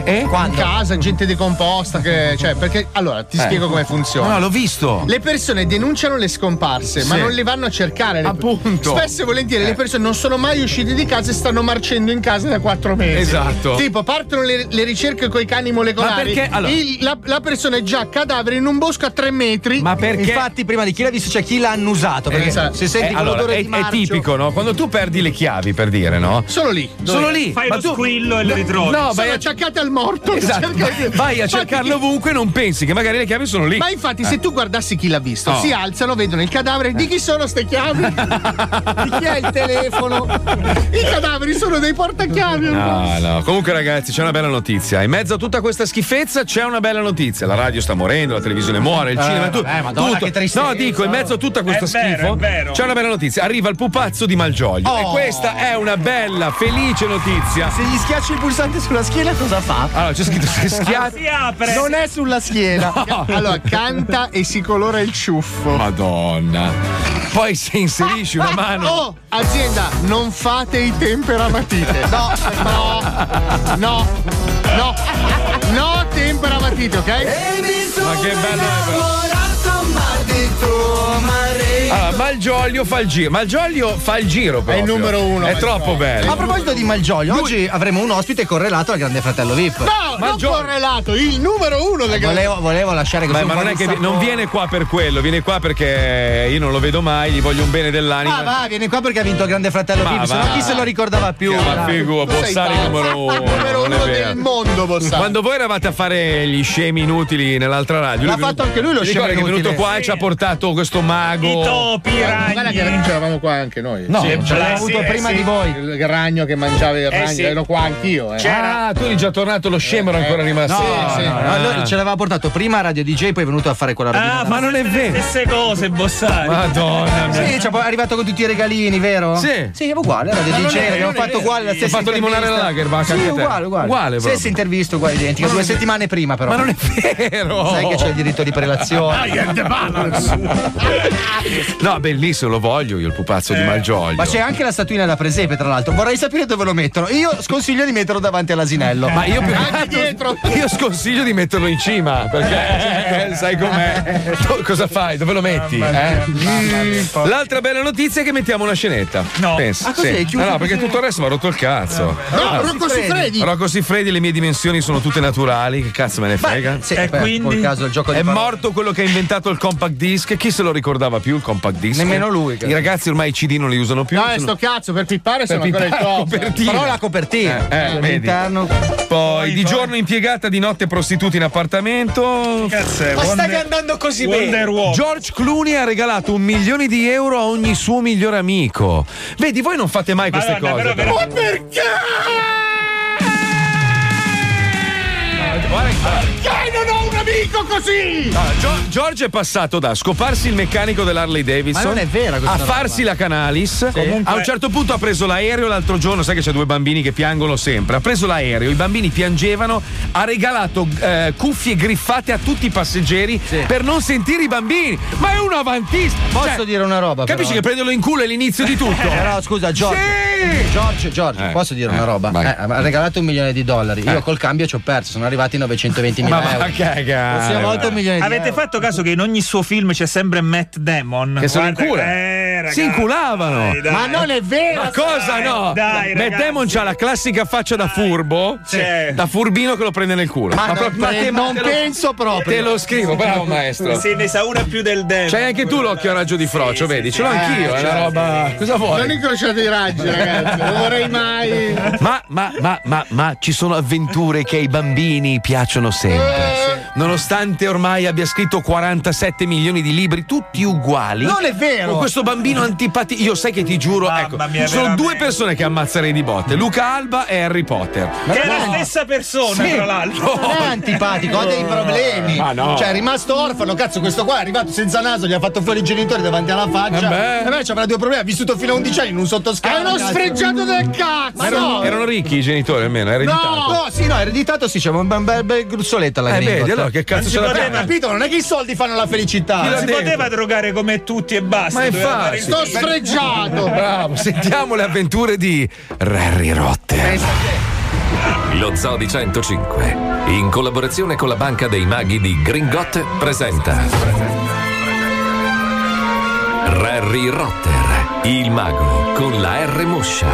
Eh?
In casa, gente decomposta. Che, cioè, perché allora ti
Eh.
spiego come funziona.
No, l'ho visto.
Le persone denunciano le scomparse, ma
Sì.
non le vanno a cercare. Le-
Appunto. Eh.
Spesso e volentieri le persone non sono mai uscite di casa e stanno marcendo in casa da quattro mesi.
Esatto.
Tipo, partono le, le ricerche con i cani molecolari.
Ma perché- allora-
Il- la, la persona è già cadavere in un bosco a tre metri. Ma
perché-
Infatti, prima di chi l'ha visto, c'è chi l'ha annusato. Perché
Eh,
se senti
eh, allora,
quell'odore
è,
di
è
marcio
tipico, no? Quando tu perdi le chiavi, per dire, no?
Solo lì.
Solo lì.
Fai
Ma
lo
tu-
squillo e
No,
lo ritrovi.
no, vai a-
attaccate al morto.
Esatto.
Cerca-
Vai a cercarlo ovunque e non pensi che magari le chiavi sono lì.
Ma infatti,
Eh.
se tu guardassi chi l'ha visto,
Oh.
si alzano, vedono il cadavere. Di chi sono ste chiavi? di chi è il telefono? I cadaveri sono dei portachiavi.
No, no. Comunque, ragazzi, c'è una bella notizia. In mezzo a tutta questa schifezza c'è una bella notizia. La radio sta morendo, la televisione muore, il
Eh,
cinema. tu-
vabbè, Madonna,
tutto.
che tristezza.
No, dico, in mezzo a tutta questa
È vero,
schifo
è vero.
c'è una bella notizia. Arriva il pupazzo di Malgioglio. E
Oh.
questa è una bella, felice notizia.
Se gli schiacci il pulsante sulla schiena, cosa fa?
Allora, c'è scritto se schiacci.
Si apre.
Non è sulla schiena.
Allora, canta e si colora il ciuffo.
Madonna. Poi se inserisci una mano.
Oh, azienda, non fate i temperamatite. No, no, no, no, no temperamatite, ok?
Ma che bello è però. Allora, Malgioglio fa il giro. Malgioglio fa il giro, però.
il numero uno,
È
Malgioglio.
troppo bello.
A proposito di Malgioglio, oggi avremo un ospite correlato al Grande Fratello VIP.
No, non Ah, correlato, il numero uno del
Volevo, volevo lasciare così
Beh,
un
ma
po'
non è
di
che vi-
sapore.
non viene qua per quello, viene qua perché io non lo vedo mai, gli voglio un bene dell'anima.
Ah, va, viene qua perché ha vinto il Grande Fratello
Ma
VIP, se
va.
no chi se lo ricordava più?
Che Ma
Dai.
figo, Bossari numero uno.
Numero
non è
uno
vero.
del mondo, Bossari.
Quando voi eravate a fare gli scemi inutili nell'altra radio,
L'ha
è venuto-
fatto anche lui lo
Ti
scemo
ricordi che è venuto
inutile?
qua e ci ha portato questo mago.
Guarda che ragno c'eravamo qua anche noi.
No,
Sì,
non
ce l'avevamo
sì,
avuto
eh,
prima
sì.
di voi. Il ragno che mangiava il
Eh,
ragno,
sì.
ero qua anch'io. Eh.
Ah, tu eri già tornato, lo scemo era ancora rimasto.
No, no, no, allora ce l'aveva portato prima a Radio DJ, poi è venuto a fare quella roba.
Ah, ma non è vero. Stesse cose, Bossari.
Madonna mia.
Sì, cioè, poi è arrivato con tutti i regalini, vero?
Sì.
Sì, è uguale, era
Ma
Radio
non
DJ,
è-
abbiamo
non è
fatto
vero.
uguale la
Ho
stessa
fatto limonare la Lagerbach,
Sì,
anche a te.
uguale, uguale.
Uguale proprio.
Stessa intervista, uguale, identica, due settimane prima però.
Ma non è vero.
Sai che c'è il diritto di prelazione.
No, bellissimo, lo voglio io il pupazzo di Malgioglio.
Ma c'è anche la statuina da presepe, tra l'altro. Vorrei sapere dove lo mettono. Io sconsiglio di metterlo davanti all'asinello.
Ma io più dietro. Io sconsiglio di metterlo in cima, perché eh, sai com'è. Tu cosa fai? Dove lo metti? eh?
Mm.
L'altra bella notizia è che mettiamo una scenetta. No. Pensa,
Ah, cos'è?
sì.
Chiuso
Ah, no,
così?
perché tutto il resto mi ha rotto il cazzo.
No, Rocco Siffredi.
Rocco Siffredi, le mie dimensioni sono tutte naturali, che cazzo me ne frega?
sì, E beh, quindi? col caso il gioco di
è
parole.
morto quello che ha inventato il compact disc, chi se lo ricordava più il compact disc?
Nemmeno lui, cazzo.
I ragazzi ormai i CD non li usano più.
No, eh,
sono-
sto cazzo, per pippare
Per
sono ancora il
pippare,
top.
copertina.
Però la
copertina.
Eh, eh, vedi. Poi di giorno impiegata, di notte prostituta in appartamento.
Cazzo è, Ma Wonder- stavi andando così bene. Wonder Woman.
George Clooney ha regalato un milione di euro a ogni suo migliore amico. Vedi, voi non fate mai queste
Madonna,
cose. però.
però, però-
Perché non ho un amico così?
Ah, Gio- George è passato da scoparsi il meccanico dell'Harley Davidson
Ma non è vera questa
a
roba.
farsi la Canalis.
Comunque-
A un certo punto ha preso l'aereo l'altro giorno, sai che c'è due bambini che piangono sempre. Ha preso l'aereo, i bambini piangevano, ha regalato eh, cuffie griffate a tutti i passeggeri per non sentire i bambini. Ma è un avantista! Cioè,
Posso dire una roba?
Capisci che
però?
prenderlo in culo è l'inizio di tutto?
Però scusa, Eh, Giorgio. Giorgio, Giorgio, posso dire una roba? Eh, ha regalato un milione di dollari.
Eh.
Io col cambio ci ho perso, sono arrivati 920 mila euro. Prossima volta un milione di
Avete
euro.
fatto caso che in ogni suo film c'è sempre Matt Damon?
Che sono in
Guarda-
cura.
Eh, ragazzi.
si inculavano.
Dai, dai.
Ma non
è vero!
Ma cosa
Dai,
no?
dai,
Matt
ragazzi.
Damon c'ha la classica faccia da furbo, da furbino che lo prende nel culo.
Ma no,
proprio-
ma non
lo-
penso proprio.
Te lo scrivo, bravo maestro.
Se ne sa una più del demo.
C'hai anche tu l'occhio a raggio di frocio, vedi? Ce l'ho anch'io, è una roba. Cosa vuoi?
Non incrociate i raggi, ragazzi. Non vorrei mai.
Ma, ma, ma, ma, ma ci sono avventure che ai bambini piacciono sempre.
Nonostante ormai abbia scritto 47 milioni di libri, tutti uguali.
Non è vero.
Con questo bambino antipatico. Io sai che ti giuro, ecco,
mia,
sono
veramente.
due persone che ammazzerei di botte: Luca Alba e Harry Potter.
Che è la stessa persona,
Sì.
tra l'altro.
Non è
antipatico, ha dei problemi.
Ma no.
Cioè, è rimasto orfano, cazzo, questo qua è arrivato senza naso, gli ha fatto fuori i genitori davanti alla faccia.
Eh beh.
E beh, ci avrà due problemi, ha vissuto fino a 11 anni in un sottoscala.
È uno
cazzo.
sfregiato del cazzo!
Ma no.
Erano ricchi i genitori almeno, era
No, no, sì, no, ereditato sì, c'è un bel, bel, bel gruzzoletto alla
Eh,
Green
vedi,
Got.
allora che cazzo
Non
ce
si
l'aveva?
poteva, capito? Non è che i soldi fanno la felicità.
Non si poteva drogare come tutti e basta.
Ma
doveva andare
infatti,
in-
Bravo, sentiamo le avventure di Rarry Rotter.
Lo Zoo di 105, in collaborazione con la Banca dei Maghi di Gringot, presenta Rarry Rotter, il mago con la R moscia.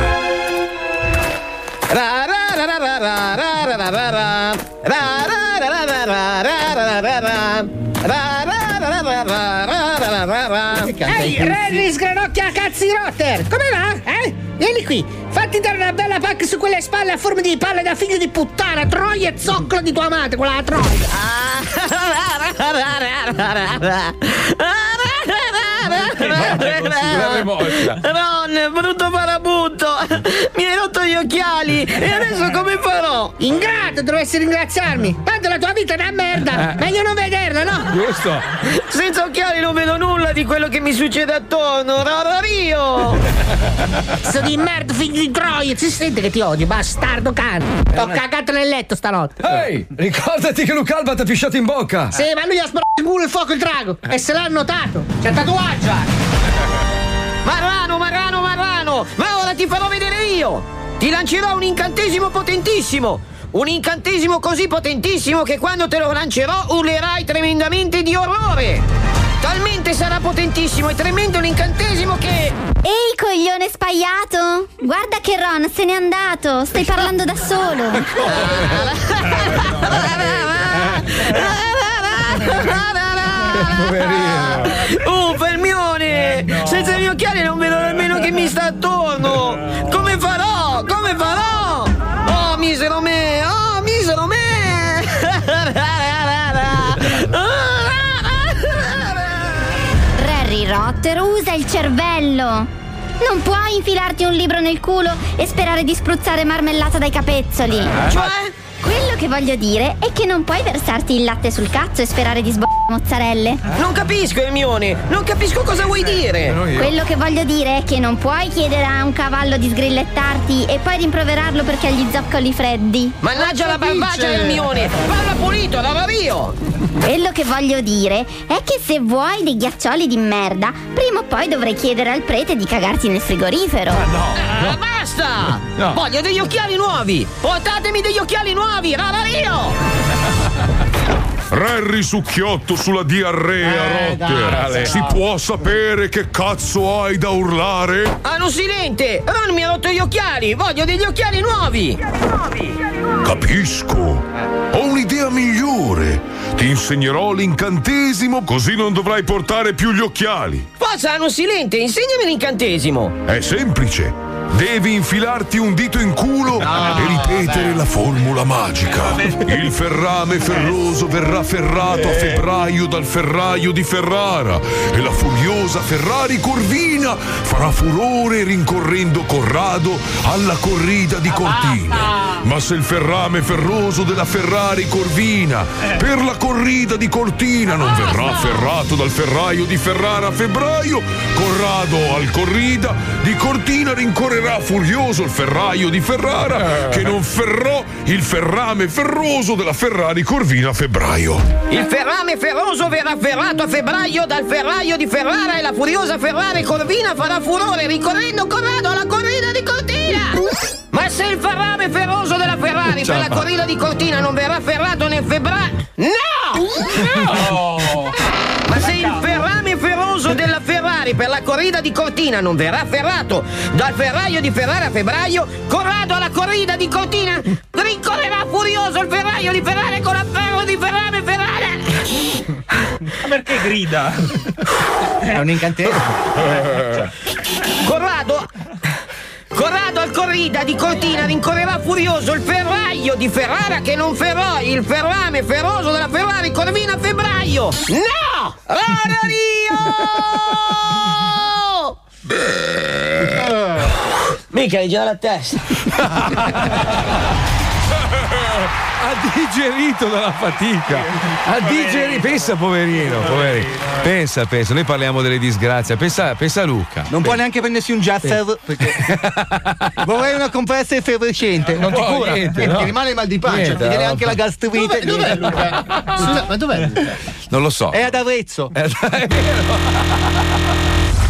Ra, ra, ra, ra, ra, ra, ra, ra, ra, ra. Ra, ra, ra, ra, ra, ra, ra, ra, ra, ra. Ra, ra, ra, ra, ra, ra, ra, ra, ra, ra.
Ehi, Rally sgranocchia cazzi rotter! Come va? Eh? Vieni qui, fatti dare una bella pacca su quelle spalle a forma di palla da figlio di puttana, troia e zoccolo di tua madre, quella la troia!
Eh, Ron, brutto farabutto! Mi hai rotto gli occhiali! E adesso come farò?
Ingrato, dovresti ringraziarmi! Tanto la tua vita è una merda! Meglio non vederla, no?
Giusto?
Eh. Senza occhiali non vedo nulla di quello che mi succede attorno! Rarario!
Cazzo di merda, figlio di troia! Si sente che ti odio, bastardo cane!
Eh,
T'ho cagato nel letto stanotte!
Ehi, ricordati che Luca Alba ti ha pisciato in bocca.
Sì, ma lui ha sbrato in culo il fuoco il drago!
Eh.
E se l'ha notato! C'è tatuaggio!
Marrano, Marrano, Marrano! Ma ora ti farò vedere io! Ti lancerò un incantesimo potentissimo! Un incantesimo così potentissimo che quando te lo lancerò urlerai tremendamente di orrore! Talmente sarà potentissimo e tremendo l'incantesimo che.
Ehi, coglione spaiato! Guarda che Ron se n'è andato! Stai parlando da solo!
Oh, Fermione! Senza i miei occhiali non vedo nemmeno che mi sta attorno! Come farò? Come farò? Oh, misero me! Oh, misero me!
Harry Rotter, usa il cervello! Non puoi infilarti un libro nel culo e sperare di spruzzare marmellata dai capezzoli!
Cioè?
Quello che voglio dire è che non puoi versarti il latte sul cazzo e sperare di sboccare mozzarelle!
Eh? Non capisco, Hermione! Non capisco cosa vuoi dire!
Quello che voglio dire è che non puoi chiedere a un cavallo di sgrillettarti e poi rimproverarlo perché ha gli zoccoli freddi.
Mannaggia la barbagia, Hermione! Parla pulito, lavario!
Quello che voglio dire è che se vuoi dei ghiaccioli di merda, prima o poi dovrai chiedere al prete di cagarti nel frigorifero.
Ah, basta!
No.
Voglio degli occhiali nuovi! Portatemi degli occhiali nuovi, Ravario!
Rarry succhiotto sulla diarrea, Rotter. Eh, dai, si può sapere che cazzo hai da urlare?
Hanno silente! Ron mi ha rotto gli occhiali! Voglio degli occhiali nuovi!
Capisco. Ho un'idea migliore. Ti insegnerò l'incantesimo così non dovrai portare più gli occhiali.
Forza, hanno silente! Insegnami l'incantesimo!
È semplice. Devi infilarti un dito in culo e ripetere la formula magica. Il ferrame ferroso verrà ferrato a febbraio dal ferraio di Ferrara e la furiosa Ferrari Corvina farà furore rincorrendo Corrado alla corrida di Cortina. Ma se il ferrame ferroso della Ferrari Corvina per la corrida di Cortina non verrà ferrato dal ferraio di Ferrara a febbraio, Corrado al corrida di Cortina rincorrerà furioso il ferraio di Ferrara che non ferrò il ferrame ferroso della Ferrari Corvina a febbraio.
Il ferrame ferroso verrà ferrato a febbraio dal ferraio di Ferrara e la furiosa Ferrari Corvina farà furore ricorrendo Corrado alla corrida di Cortina! Ma se il ferrame ferroso della Ferrari
Ciao.
per la corrida di Cortina non verrà ferrato nel febbraio... No! No! Ma se il ferrame ferroso della Ferrari per la corrida di Cortina non verrà ferrato. Dal ferraio di Ferrara a febbraio, Corrado alla corrida di Cortina rincorrerà furioso il ferraio di Ferrara con l'afferro di Ferrame Ferrara.
Ma perché grida?
È un incantesimo.
Corrado Corrado al corrida di Cortina rincorrerà furioso il ferraio di Ferrara che non ferrò il ferrame feroso della Ferrari Corvina a febbraio. No! Rodario! Mica hai già la testa.
ha digerito dalla fatica. Ha digerito. Pensa, poverino, poverino. Pensa, pensa. Noi parliamo delle disgrazie. Pensa, pensa a Luca.
Non può neanche prendersi un Jaffer perché vorrei una compressa effervescente. Non ti
può,
cura,
niente,
Eh,
no.
ti rimane il mal di pancia,
Niente,
ti viene
no.
anche la gastrite.
Dov'è- dov'è Luca?
Scusa, ma dov'è Luca?
Non lo so.
È ad Arezzo.
Eh,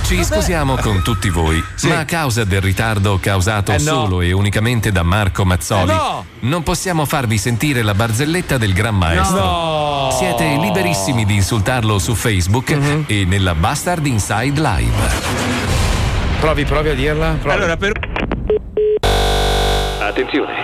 Ci scusiamo con tutti voi, ma a causa del ritardo causato
Eh, no.
solo e unicamente da Marco Mazzoli,
Eh, no.
non possiamo farvi sentire la barzelletta del Gran Maestro.
No. Mhm.
Siete liberissimi di insultarlo su Facebook e nella Bastard Inside Live.
Provi, provi a dirla.
Allora, per
Attenzione.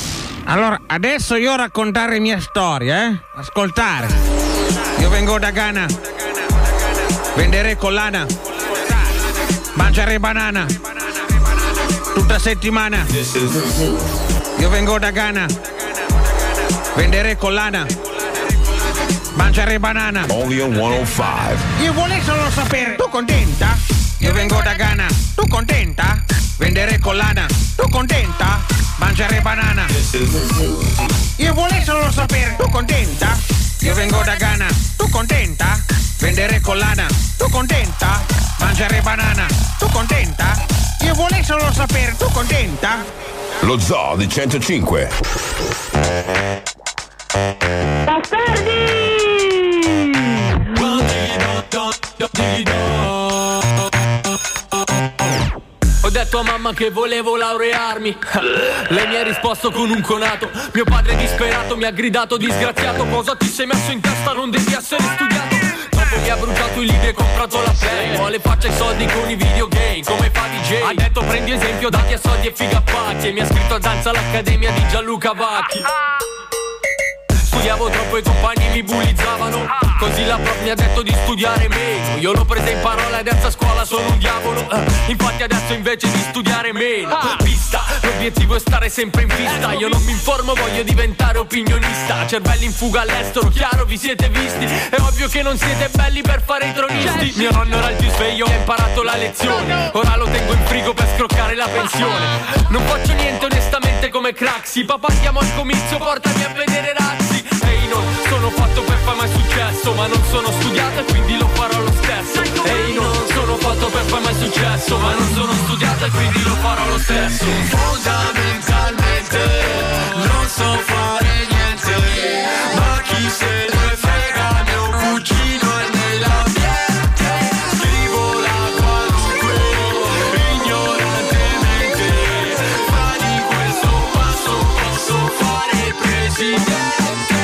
Allora, adesso io raccontare mia storia, eh? Ascoltare. Io vengo da Ghana. Vendere collana. Mangiare banana. Tutta settimana. Io vengo da Ghana. Vendere collana. Mangiare banana.
Only on 105.
Io volevo solo sapere, tu contenta? Io vengo da Ghana, tu contenta? Vendere collana, tu contenta? Mangiare banana. Io volevo solo sapere, tu contenta? Io vengo da Ghana, tu contenta? Vendere collana, tu contenta? Mangiare banana, tu contenta? Io volevo solo sapere, tu contenta?
Lo zoo di 105.
Ho detto a mamma che volevo laurearmi. Lei mi ha risposto con un conato. Mio padre disperato mi ha gridato disgraziato. Cosa ti sei messo in testa? Non devi essere studiato. Dopo mi ha bruciato i libri e comprato la play. Vuole faccia i soldi con i videogame, come fa DJ. Ha detto prendi esempio, dati a soldi e figa a pazzi. E mi ha scritto a danza all'accademia di Gianluca Vacchi. Studiavo troppo e i compagni mi bullizzavano Così la prof mi ha detto di studiare meno Io l'ho presa in parola e adesso a scuola sono un diavolo Eh, Infatti adesso invece di studiare meno Pista, l'obiettivo è stare sempre in pista Io non mi informo, voglio diventare opinionista Cervelli in fuga all'estero, chiaro vi siete visti È ovvio che non siete belli per fare i tronisti Mio nonno era il più sveglio e ha imparato la lezione Ora lo tengo in frigo per scroccare la pensione Non faccio niente onestamente come Craxi Papà andiamo al comizio, portami a vedere Razzi Ehi non sono fatto per fare mai successo Ma non sono studiato e quindi lo farò lo stesso Ehi non sono fatto per fare mai successo Ma non sono studiato e quindi lo farò lo stesso
Fondamentalmente non so fare niente, ma chi se ne frega mio cugino è nell'ambiente. Scrivo la qualunque, ignorantemente, ma di questo passo posso fare presidente.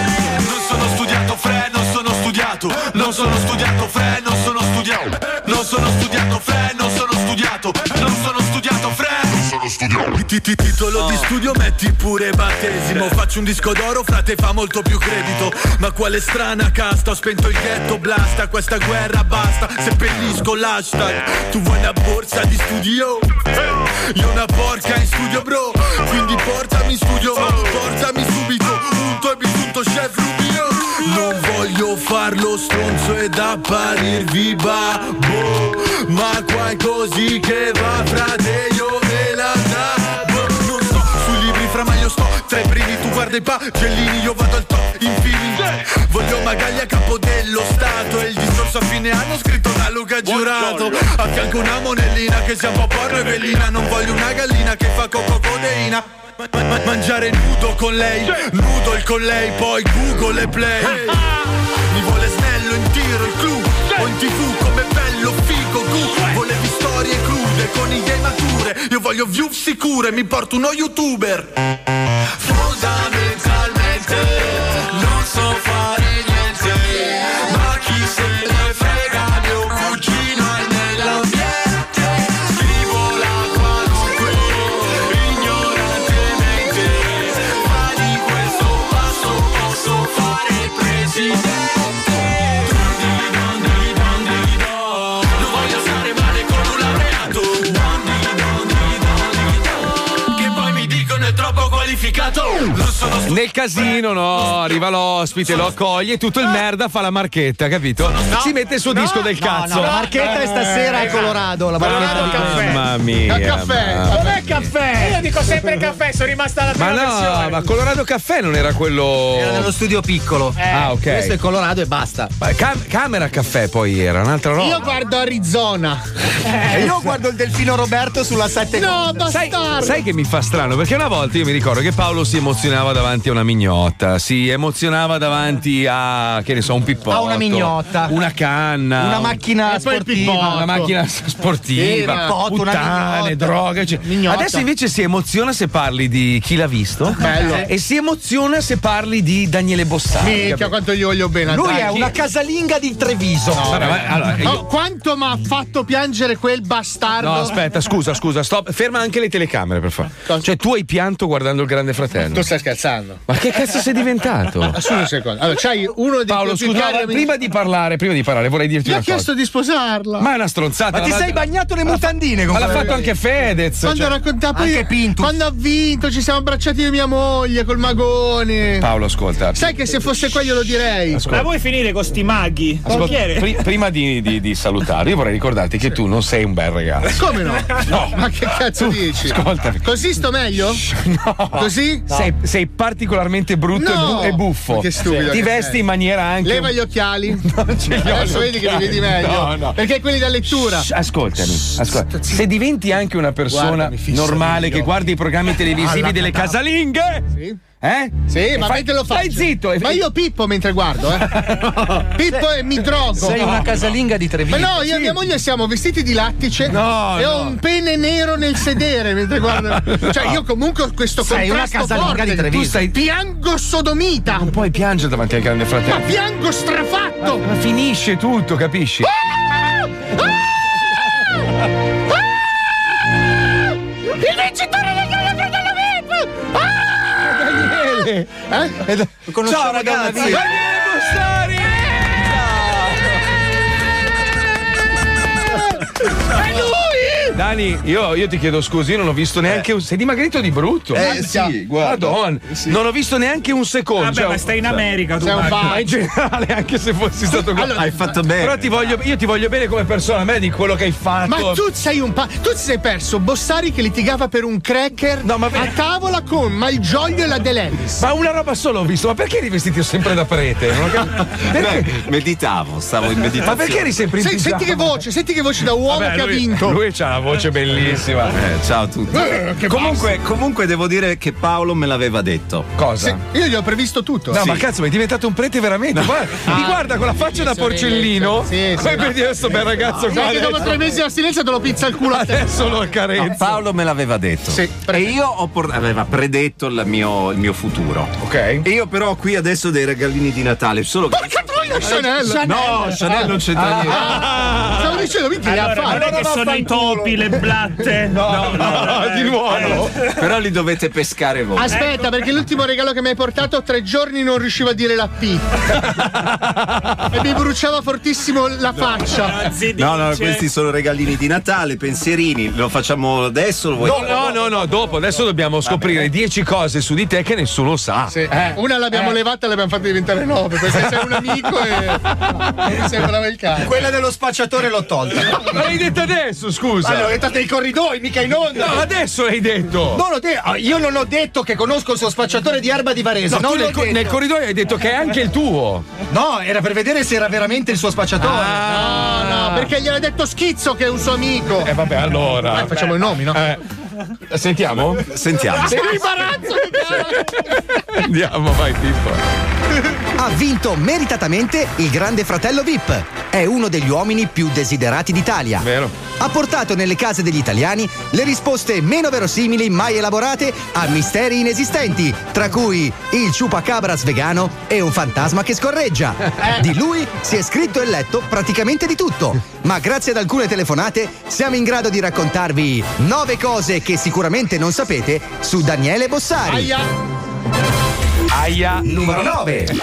Non sono studiato fre, non sono studiato, non sono studiato fre, non sono studiato, non sono studiato fre, non sono studiato, non sono studiato fre, non sono studiato. Ti ti titolo di studio metti pure battesimo, faccio un disco d'oro, frate fa molto più credito, ma quale strana casta, ho spento il ghetto, blasta, questa guerra basta, seppellisco l'hashtag, tu vuoi una borsa di studio? Eh, Io una porca in studio bro, quindi portami in studio, portami subito, punto e bisunto chef Rubio. Non voglio farlo stronzo ed apparirvi babbo, ma qua è così che va frate io ve la davo. Non sto sui libri fra ma io sto, tra i primi tu guarda i pagellini, io vado al top, infini. Voglio magari a capo dello Stato e il discorso a fine anno scritto da Luca G. giurato A fianco una monellina che sia un po' porno e velina Non voglio una gallina che fa cococodeina Ma- ma- ma- Mangiare nudo con lei Nudo con lei, poi Google e play Mi vuole snello in tiro il clou O in tv come bello figo gu Volevi storie crude con idee mature Io voglio view sicure, mi porto uno youtuber
Fondamentalmente non so fare niente, ma chi se ne frega mio cugino è nell'ambiente. Scrivo la qualunque, ignorantemente, ma di questo passo posso fare presidente. Don di don di don, non voglio stare male con un laureato. Don di don di don di don, che poi mi dicono è troppo qualificato. Non sono
Nel casino, no, arriva l'ospite, lo accoglie e tutto il merda fa la marchetta, capito? si mette il suo disco del cazzo.
No, la marchetta
eh,
è stasera al Colorado. La marchetta di
Mamma mia. mamma
Dov'è caffè? Io dico sempre caffè, sono rimasta alla
Ma no, ma Colorado Caffè non era quello.
Era nello
studio piccolo. ah, ok.
questo è
Colorado e basta. camera Caffè poi era, un'altra roba.
Io guardo Arizona.
E io guardo il delfino Roberto sulla 7
Eh. No,
Sai-
bastardo.
Sai che mi fa strano? Perché una volta io mi ricordo che Paolo si emozionava davanti a una mignotta, si emozionava davanti a, che ne so, un pippotto.
A una mignotta.
Una canna.
Una
un-
macchina sportiva.
Una macchina s- sportiva. puttane, droga. eccetera. Adesso invece si emoziona se parli di chi l'ha visto.
Bello.
E si emoziona se parli di Daniele Bossari.
Minchia,
capito?
quanto gli voglio bene. a
Lui
Draghi.
è una casalinga di Treviso.
No, Vabbè, ma- allora, io-
Oh, quanto mi ha fatto piangere quel bastardo?
No, aspetta, scusa, scusa, stop. Ferma anche le telecamere, per favore. Cioè, tu hai pianto guardando il Grande Fratello.
Tu stai scherzando.
Ma che cazzo sei diventato?
Scusa un secondo. Allora, c'hai uno dei
Paolo,
tuoi più
scusa,
cari
no,
amici-
prima di parlare, prima di parlare, vorrei dirti
Gli ho
una
chiesto
cosa.
di sposarla.
Ma è una stronzata.
Ma ti
la-
sei bagnato le mutandine con
Ma l'ha
quella
fatto
roba
anche Fedez.
Quando
cioè-
raccontava poi quando ha vinto, ci siamo abbracciati io e mia moglie col magone.
Paolo, ascolta.
Sai che se fosse qua glielo direi.
Ascolta. Ma vuoi
finire con sti maghi?
Ascolta, pri- prima di, di, di salutarvi, vorrei ricordarti che tu non sei un bel ragazzo.
Come no?
No.
Ma che cazzo dici?
Ascoltami.
Così sto meglio?
No.
Così?
Sei, sei particolarmente brutto e
No.
bu- e buffo.
Ma che stupido
Ti
che
vesti
sei.
in maniera anche.
Leva gli occhiali.
ce li ho
Adesso
gli
vedi che li
occhiali.
vedi meglio.
No, no.
Perché quelli da lettura.
Shh, Ascoltami, ascolta. Se diventi anche una persona
Guardami, fissami
normale
gli
che
occhi.
guardi i programmi televisivi
Alla
delle
madama.
casalinghe, eh?
Sì,
E
ma
fai-
mentre lo faccio.
Stai zitto. e-
Ma io pippo mentre guardo, eh. Pippo e mi drogo.
Sei una casalinga di Treviso.
Ma no, io e mia moglie siamo vestiti di lattice e ho un pene nero nel sedere mentre guardo. Cioè, io comunque ho questo
Sei una
contrasto
casalinga
forte.
di
Treviso.
Tu stai- Piango sodomita. Non
puoi piangere davanti al grande
Ma
fratello.
piango strafatto.
Ma finisce tutto, capisci?
Ah!
Il vincitore del Grande Fratello VIP!
Daniele!
Eh?
Ciao ragazzi!
È lui!
Dani, io, io ti chiedo scusi, io non ho visto neanche un. Sei dimagrito di brutto.
Eh,
Guarda.
sì, guarda.
Madonna, non ho visto neanche un secondo.
Vabbè, ma stai in America, tu,
Sei un
Marco.
ma in generale, anche se fossi stato qua.
Allora- Hai fatto bene.
Però ti voglio, io ti voglio bene come persona, a me di quello che hai fatto.
Ma tu sei un pa- tu ti sei perso Bossari che litigava per un cracker a tavola con Malgioglio e la Delenis.
Ma una roba solo ho visto, ma perché eri vestito sempre da prete? Non ho cap- perché?
meditavo, stavo in meditazione.
Ma perché eri sempre in
Sen- senti che voce, senti che voce da uomo
Vabbè,
che
lui-
ha vinto.
Lui ha una voce bellissima.
Eh, ciao a tutti.
Eh, che
comunque, comunque devo dire che Paolo me l'aveva detto.
Cosa?
Io gli ho previsto tutto.
No,
Sì.
ma cazzo, mi è diventato un prete veramente. Guarda,
Ah,
mi guarda con la faccia da porcellino.
Sì, sì.
Poi vedi questo bel ragazzo qua.
Sai che dopo
adesso-
tre mesi a silenzio te lo pizza il culo a te.
Adesso lo
No, Paolo me l'aveva detto. e io ho por- aveva predetto la mio- il mio futuro.
Ok.
E io però ho qui adesso dei regalini di Natale, solo che
Porca troia, Chanel!
No, Chanel non
Ah,
c'entra niente.
Stavo dicendo, minchia,
Allora,
le ha
non è
fatte.
che sono i topi, le blatte.
No,
ah,
no, di nuovo. Però li dovete pescare voi.
Aspetta, perché l'ultimo regalo che mi hai portato, tre giorni non riuscivo a dire la P. e mi bruciava fortissimo la faccia.
No, no, questi sono regalini di Natale, pensierini. Lo facciamo adesso? Lo vuoi
No, no, no, no, dopo. Adesso dobbiamo scoprire 10 cose su di te che nessuno sa.
eh, Una l'abbiamo levata e l'abbiamo fatta diventare nove, perché sei un amico e mi sembrava il caso.
Quella dello spacciatore l'ho tolta.
Ma l'hai detto adesso, scusa.
Allora, l'ho detto
nei corridoi, mica in
onda.
No, adesso l'hai detto.
Non l'ho de- ah, io non ho detto che conosco il suo spacciatore di erba di Varese.
No,
non
tu
l'ho
nel, co-
detto.
nel corridoio hai detto che è anche il tuo.
No, era per vedere se era veramente il suo spacciatore.
Ah.
Ah.
No, no, perché gliel'ha detto Schizzo che è un suo amico.
Eh vabbè, allora.
Dai, facciamo i nomi, no?
Eh. Sentiamo? Sentiamo.
Sei imbarazzo che
Andiamo, vai Pippo.
Ha vinto meritatamente il Grande Fratello VIP. È uno degli uomini più desiderati d'Italia. Ha portato nelle case degli italiani le risposte meno verosimili mai elaborate a misteri inesistenti, tra cui il ciupacabras vegano e un fantasma che scorreggia. Di lui si è scritto e letto praticamente di tutto, ma grazie ad alcune telefonate siamo in grado di raccontarvi nove cose che sicuramente non sapete su Daniele Bossari.
Aia
numero 9.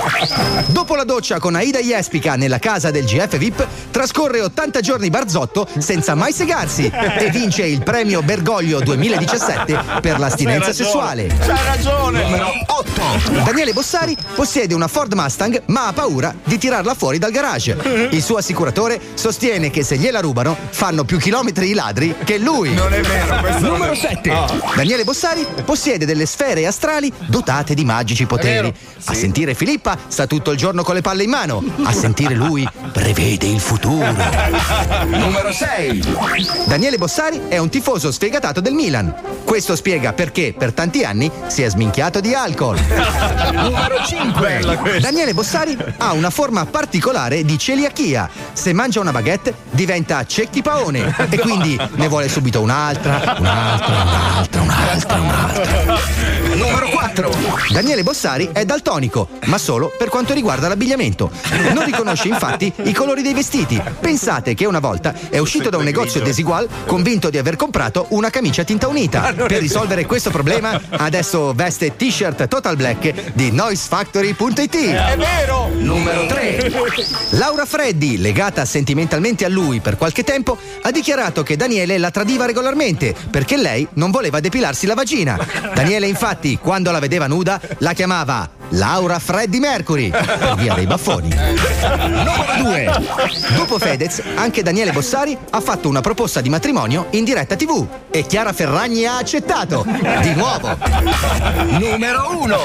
Dopo la doccia con Aida Jespica nella casa del GF VIP, trascorre 80 giorni barzotto senza mai segarsi e vince il premio Bergoglio 2017 per l'astinenza
C'hai ragione.
sessuale.
C'hai ragione.
Numero 8. Daniele Bossari possiede una Ford Mustang ma ha paura di tirarla fuori dal garage.
Mhm.
Il suo assicuratore sostiene che se gliela rubano fanno più chilometri i ladri che lui.
Non è vero, Ah. questo non
Numero
è-
7.
No.
Daniele Bossari possiede delle sfere astrali dotate di magici poteri. A sentire Filippa sta tutto il giorno con le palle in mano. A sentire lui prevede il futuro.
Numero 6.
Daniele Bossari è un tifoso sfegatato del Milan. Questo spiega perché per tanti anni si è sminchiato di alcol.
Numero 5.
Daniele Bossari ha una forma particolare di celiachia. Se mangia una baguette diventa cecchi paone e quindi ne vuole subito un'altra, un'altra, un'altra, un'altra, un'altra. Numero 4. Daniele Bossari è daltonico, ma solo per quanto riguarda l'abbigliamento. Non riconosce infatti i colori dei vestiti. Pensate che una volta è uscito da un negozio desigual convinto di aver comprato una camicia a tinta
Ah,
unita. Per risolvere questo problema adesso veste t-shirt total black di noisefactory.it.
È vero.
Numero tre. Laura Freddi, legata sentimentalmente a lui per qualche tempo, ha dichiarato che Daniele la tradiva regolarmente perché lei non voleva depilarsi la vagina. Daniele, infatti, quando la vedeva nuda, la chiamava Laura Freddi Mercury per via dei baffoni. Numero due. Dopo Fedez, anche Daniele Bossari ha fatto una proposta di matrimonio in diretta TV e Chiara Ferragni ha accettato. Di nuovo.
Numero 1.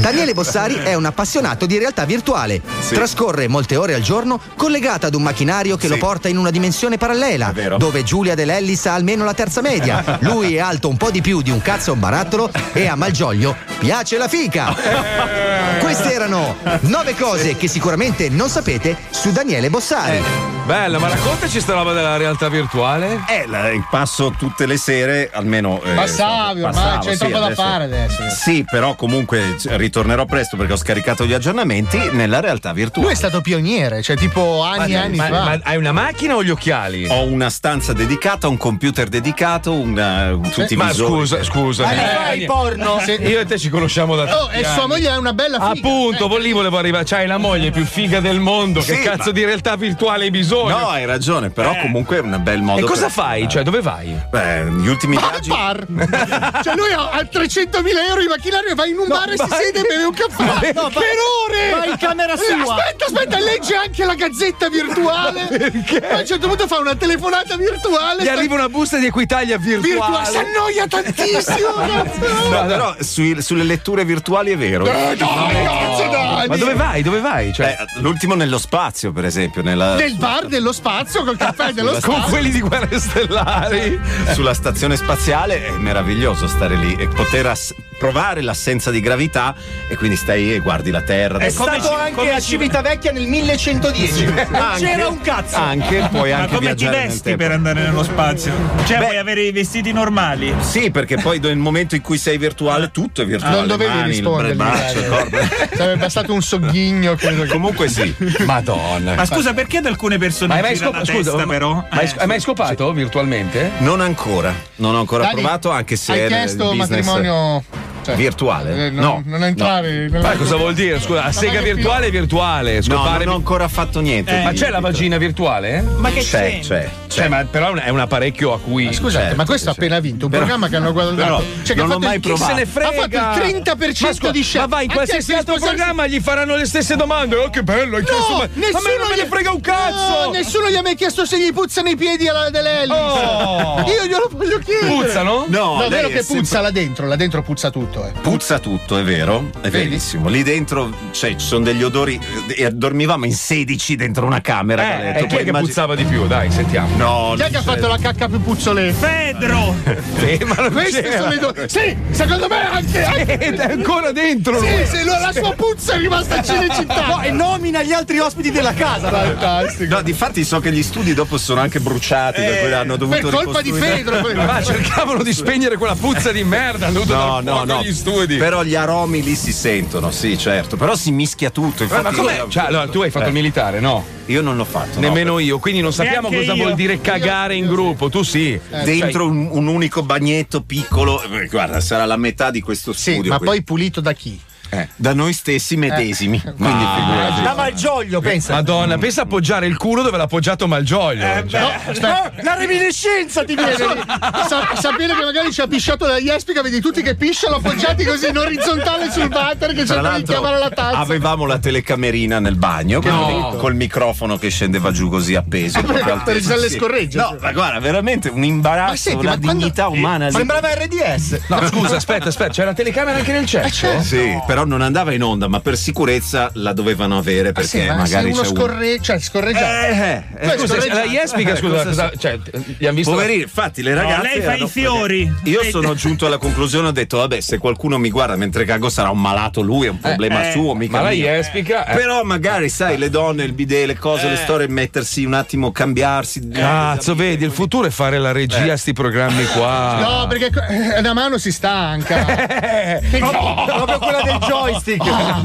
Daniele Bossari è un appassionato di realtà virtuale. Trascorre molte ore al giorno collegato ad un macchinario che lo porta in una dimensione parallela, dove Giulia De Lellis ha almeno la terza media. Lui è alto un po' di più di un cazzo e un barattolo e a Malgioglio piace la fica.
Eh.
Queste erano nove cose che sicuramente non sapete su Daniele Bossari.
Eh.
Bella, ma raccontaci sta roba della realtà virtuale.
Eh, la- passo tutte le sere, almeno. eh,
Passavi, ormai
passavo,
c'è
sì,
troppo da
adesso-
fare adesso.
Sì, però comunque c- ritornerò presto perché ho scaricato gli aggiornamenti nella realtà virtuale.
Lui è stato pioniere, cioè tipo anni e anni fa.
hai una macchina o gli occhiali? Ho una stanza dedicata, un computer dedicato, una, tutti i
Ma
visori.
scusa, scusa.
Ma
Eh,
fai
niente.
porno? Sì.
Io e te ci conosciamo da
Oh,
tanti
e sua
anni.
moglie è una bella figa. eh.
Appunto, lì volevo arrivare. C'hai la moglie più figa del mondo.
Sì,
che cazzo
ma-
di realtà virtuale hai bisogno?
No, hai ragione, però
Eh.
comunque è un bel modo.
E cosa
per-
fai? Cioè, dove vai?
Beh, gli ultimi
Va al
viaggi.
bar. cioè lui ha ha 300.000 euro di macchinario, va in un bar e si siede e beve un caffè.
No,
per
vai-
ore!
vai in camera sua.
Aspetta, aspetta, legge anche la gazzetta virtuale. Perché? A un certo punto fa una telefonata virtuale.
Gli
sta-
arriva una busta di Equitalia
virtuale. Si
virtuale.
annoia tantissimo.
Eh,
cazzo.
No, però sui- sulle letture virtuali è vero.
Eh, dai, cazzo, dai.
Ma dove vai? Dove vai? Cioè, l'ultimo nello spazio, per esempio, nella,
Del bar dello spazio col caffè dello
Con
spazio.
quelli
di Guerre Stellari.
sulla stazione spaziale è meraviglioso stare lì e poter ass- provare l'assenza di gravità e quindi stai e guardi la Terra.
È
Dai,
stato anche a Civitavecchia nel 1110. Non
Anche-
c'era un cazzo.
Anche puoi
Ma
anche
come ti
viaggiare nel
vesti
tempo.
per andare nello spazio? Cioè, puoi avere i vestiti normali.
Sì, perché poi nel momento in cui sei virtuale tutto è virtuale.
Non dovevi
Mani,
rispondermi,
Il braccio, il
dai.
corpo.
Sarebbe bastato un sogghigno. Credo
Comunque sì.
Madonna.
Ma scusa, perché ad alcune persone
Ma hai mai
gira
scop-
la
scusa,
testa,
ma-
però?
ma hai sc- hai mai scopato virtualmente?
Non ancora, non ho ancora
Dani,
provato, anche se
Hai
è nel
chiesto
business
matrimonio. cioè,
virtuale.
eh, non,
no.
non entravi. non-
Ma cosa vuol dire? Scusa, la sega virtuale è virtuale. Scopare... Eh,
non ho ancora fatto niente.
ma c'è la vagina virtuale?
Ma che c'è? C'è, c'è.
Cioè, ma però è un apparecchio a cui.
Eh,
Certo,
Scusate, ma questo ha appena vinto un programma che hanno guadagnato. cioè, che ha fatto il- chi se ne frega? Ha fatto il 30%
Ma scusa,
di share.
Ma vai in
Anche
qualsiasi
se
altro
sposarsi-
programma gli faranno le stesse domande. Oh, che bello, hai chiesto.
No,
ma- ma a me non me ne
gli-
frega un cazzo!
No, nessuno gli ha mai chiesto se gli puzzano i piedi alla dell'Ellis.
Oh.
Io glielo voglio chiedere.
Puzzano? No,
No,
lei
è vero
è
che puzza
sempre-
là dentro, là dentro puzza tutto, eh.
Puzza tutto, è vero, è verissimo. Lì dentro cioè, ci sono degli odori. eh, e dormivamo in 16 dentro una camera.
Eh,
da
e chi è
puoi
che
puzzava di più? Dai, sentiamo.
No,
Chi è che ha fatto la cacca più puzzolente? Pedro!
Sì, ma non
Questi
c'era.
sono i due. Sì, secondo me anche. anche-
Ed è ancora dentro.
Sì, sì, la sua puzza è rimasta a Cinecittà.
No, e nomina gli altri ospiti della casa.
Fantastico. No, difatti so che gli studi dopo sono anche bruciati. per cui hanno dovuto ricostruire-
Ma Ah, cercavano di spegnere quella puzza di merda. hanno dovuto
No,
dar
no,
fuoco
no.
agli studi.
Però gli aromi lì si sentono, sì, certo. Però si mischia tutto.
Ma- ma
infatti-
com'è? Cioè, allora, tu hai fatto
Eh.
il militare, no?
Io non l'ho fatto.
Nemmeno io, quindi non sappiamo
Neanche
cosa
io. Eh,
vuol dire cagare in gruppo. Tu sì.
Dentro un, un unico bagnetto piccolo, eh, guarda, sarà la metà di questo studio.
Ma
quindi-
poi pulito da chi?
Eh, da noi stessi medesimi. Quindi
Ah,
figurati.
Malgioglio, pensa. Eh. Eh, Madonna, pensa a appoggiare il culo dove l'ha appoggiato Malgioglio. Cioè,
eh, No, la reminiscenza ti viene lì. Sa- sapere che magari ci ha pisciato la Jespica, vedi tutti che pisciano appoggiati così in orizzontale sul water che
Tra
cercano di
l'altro,
chiamare la tazza.
avevamo la telecamerina nel bagno
Che
quindi
bello.
col microfono che scendeva giù così appeso.
per-
proprio al
per
tetto,
le
sì.
scorregge.
No, ma guarda, veramente un imbarazzo,
Eh,
Ma senti,
una
ma quando-
dignità umana. lì.
RDS.
No, scusa, aspetta, aspetta, c'è la telecamera anche nel
Eh,
cesso?
Eh?
certo.
Sì, però non andava in onda, ma per sicurezza la dovevano avere perché
Ah, Sì, ma sei
magari
uno
c'è uno.
scorre- cioè, scorreggiato. Cioè,
eh, scusa, la Jespica, scusa, cosa-
cioè, gli hanno
visto- Poverino, infatti, le ragazze.
lei fa
erano-
i fiori.
Io
Lei-
sono giunto alla conclusione: ho detto, vabbè, se qualcuno mi guarda mentre cago, sarà un malato lui, è un problema
eh,
suo. Mica
ma la
mio.
Jespica, eh.
Però magari, sai, le donne, il bidet, le cose,
Eh.
le storie, mettersi un attimo, cambiarsi.
Cazzo, vedi, il futuro è fare la regia a sti programmi
Ah.
qua.
Eh. No, perché co- eh, la mano si stanca.
Eh,
Proprio- proprio quella del joystick.
Ah,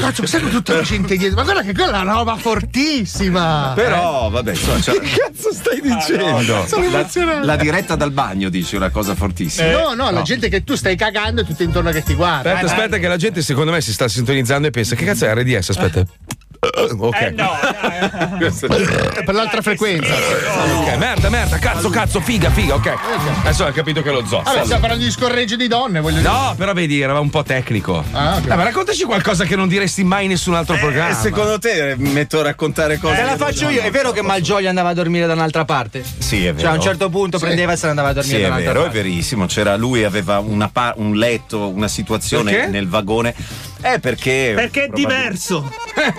cazzo, sai che tutta la gente dietro. Ma guarda che quella è una roba fortissima. Eh.
Però, vabbè, insomma, cioè, c'è-
Che cazzo stai dicendo? Sono
la,
emozionato. Eh,
la diretta dal bagno dice una cosa fortissima.
no, no, la gente che tu stai cagando e tutti intorno che ti guarda. Eh.
Aspetta, aspetta, che la gente secondo me si sta sintonizzando e pensa: che cazzo è RDS? Aspetta.
Eh,
Ok.
Per l'altra frequenza.
Ok, merda, merda, cazzo, cazzo, figa, figa, ok. Adesso hai capito che è lo zoo.
Vabbè, stiamo parlando di scorregge di donne, voglio dire.
No, però vedi, era un po' tecnico.
Ah, ok.
Eh, ma raccontaci qualcosa che non diresti mai in nessun altro programma.
Eh,
Eh,
secondo te metto a raccontare
Eh,
cose?
Te la faccio io, è vero che Malgioglio andava a dormire da un'altra parte?
Sì, è vero.
Cioè, a un certo punto
Sì.
prendeva e se ne andava a dormire
Sì,
da
è
un'altra
vero, è
parte.
verissimo. C'era lui, aveva una pa- un letto, una situazione
Perché?
nel vagone. Eh, perché. ecco,
Perché è diverso.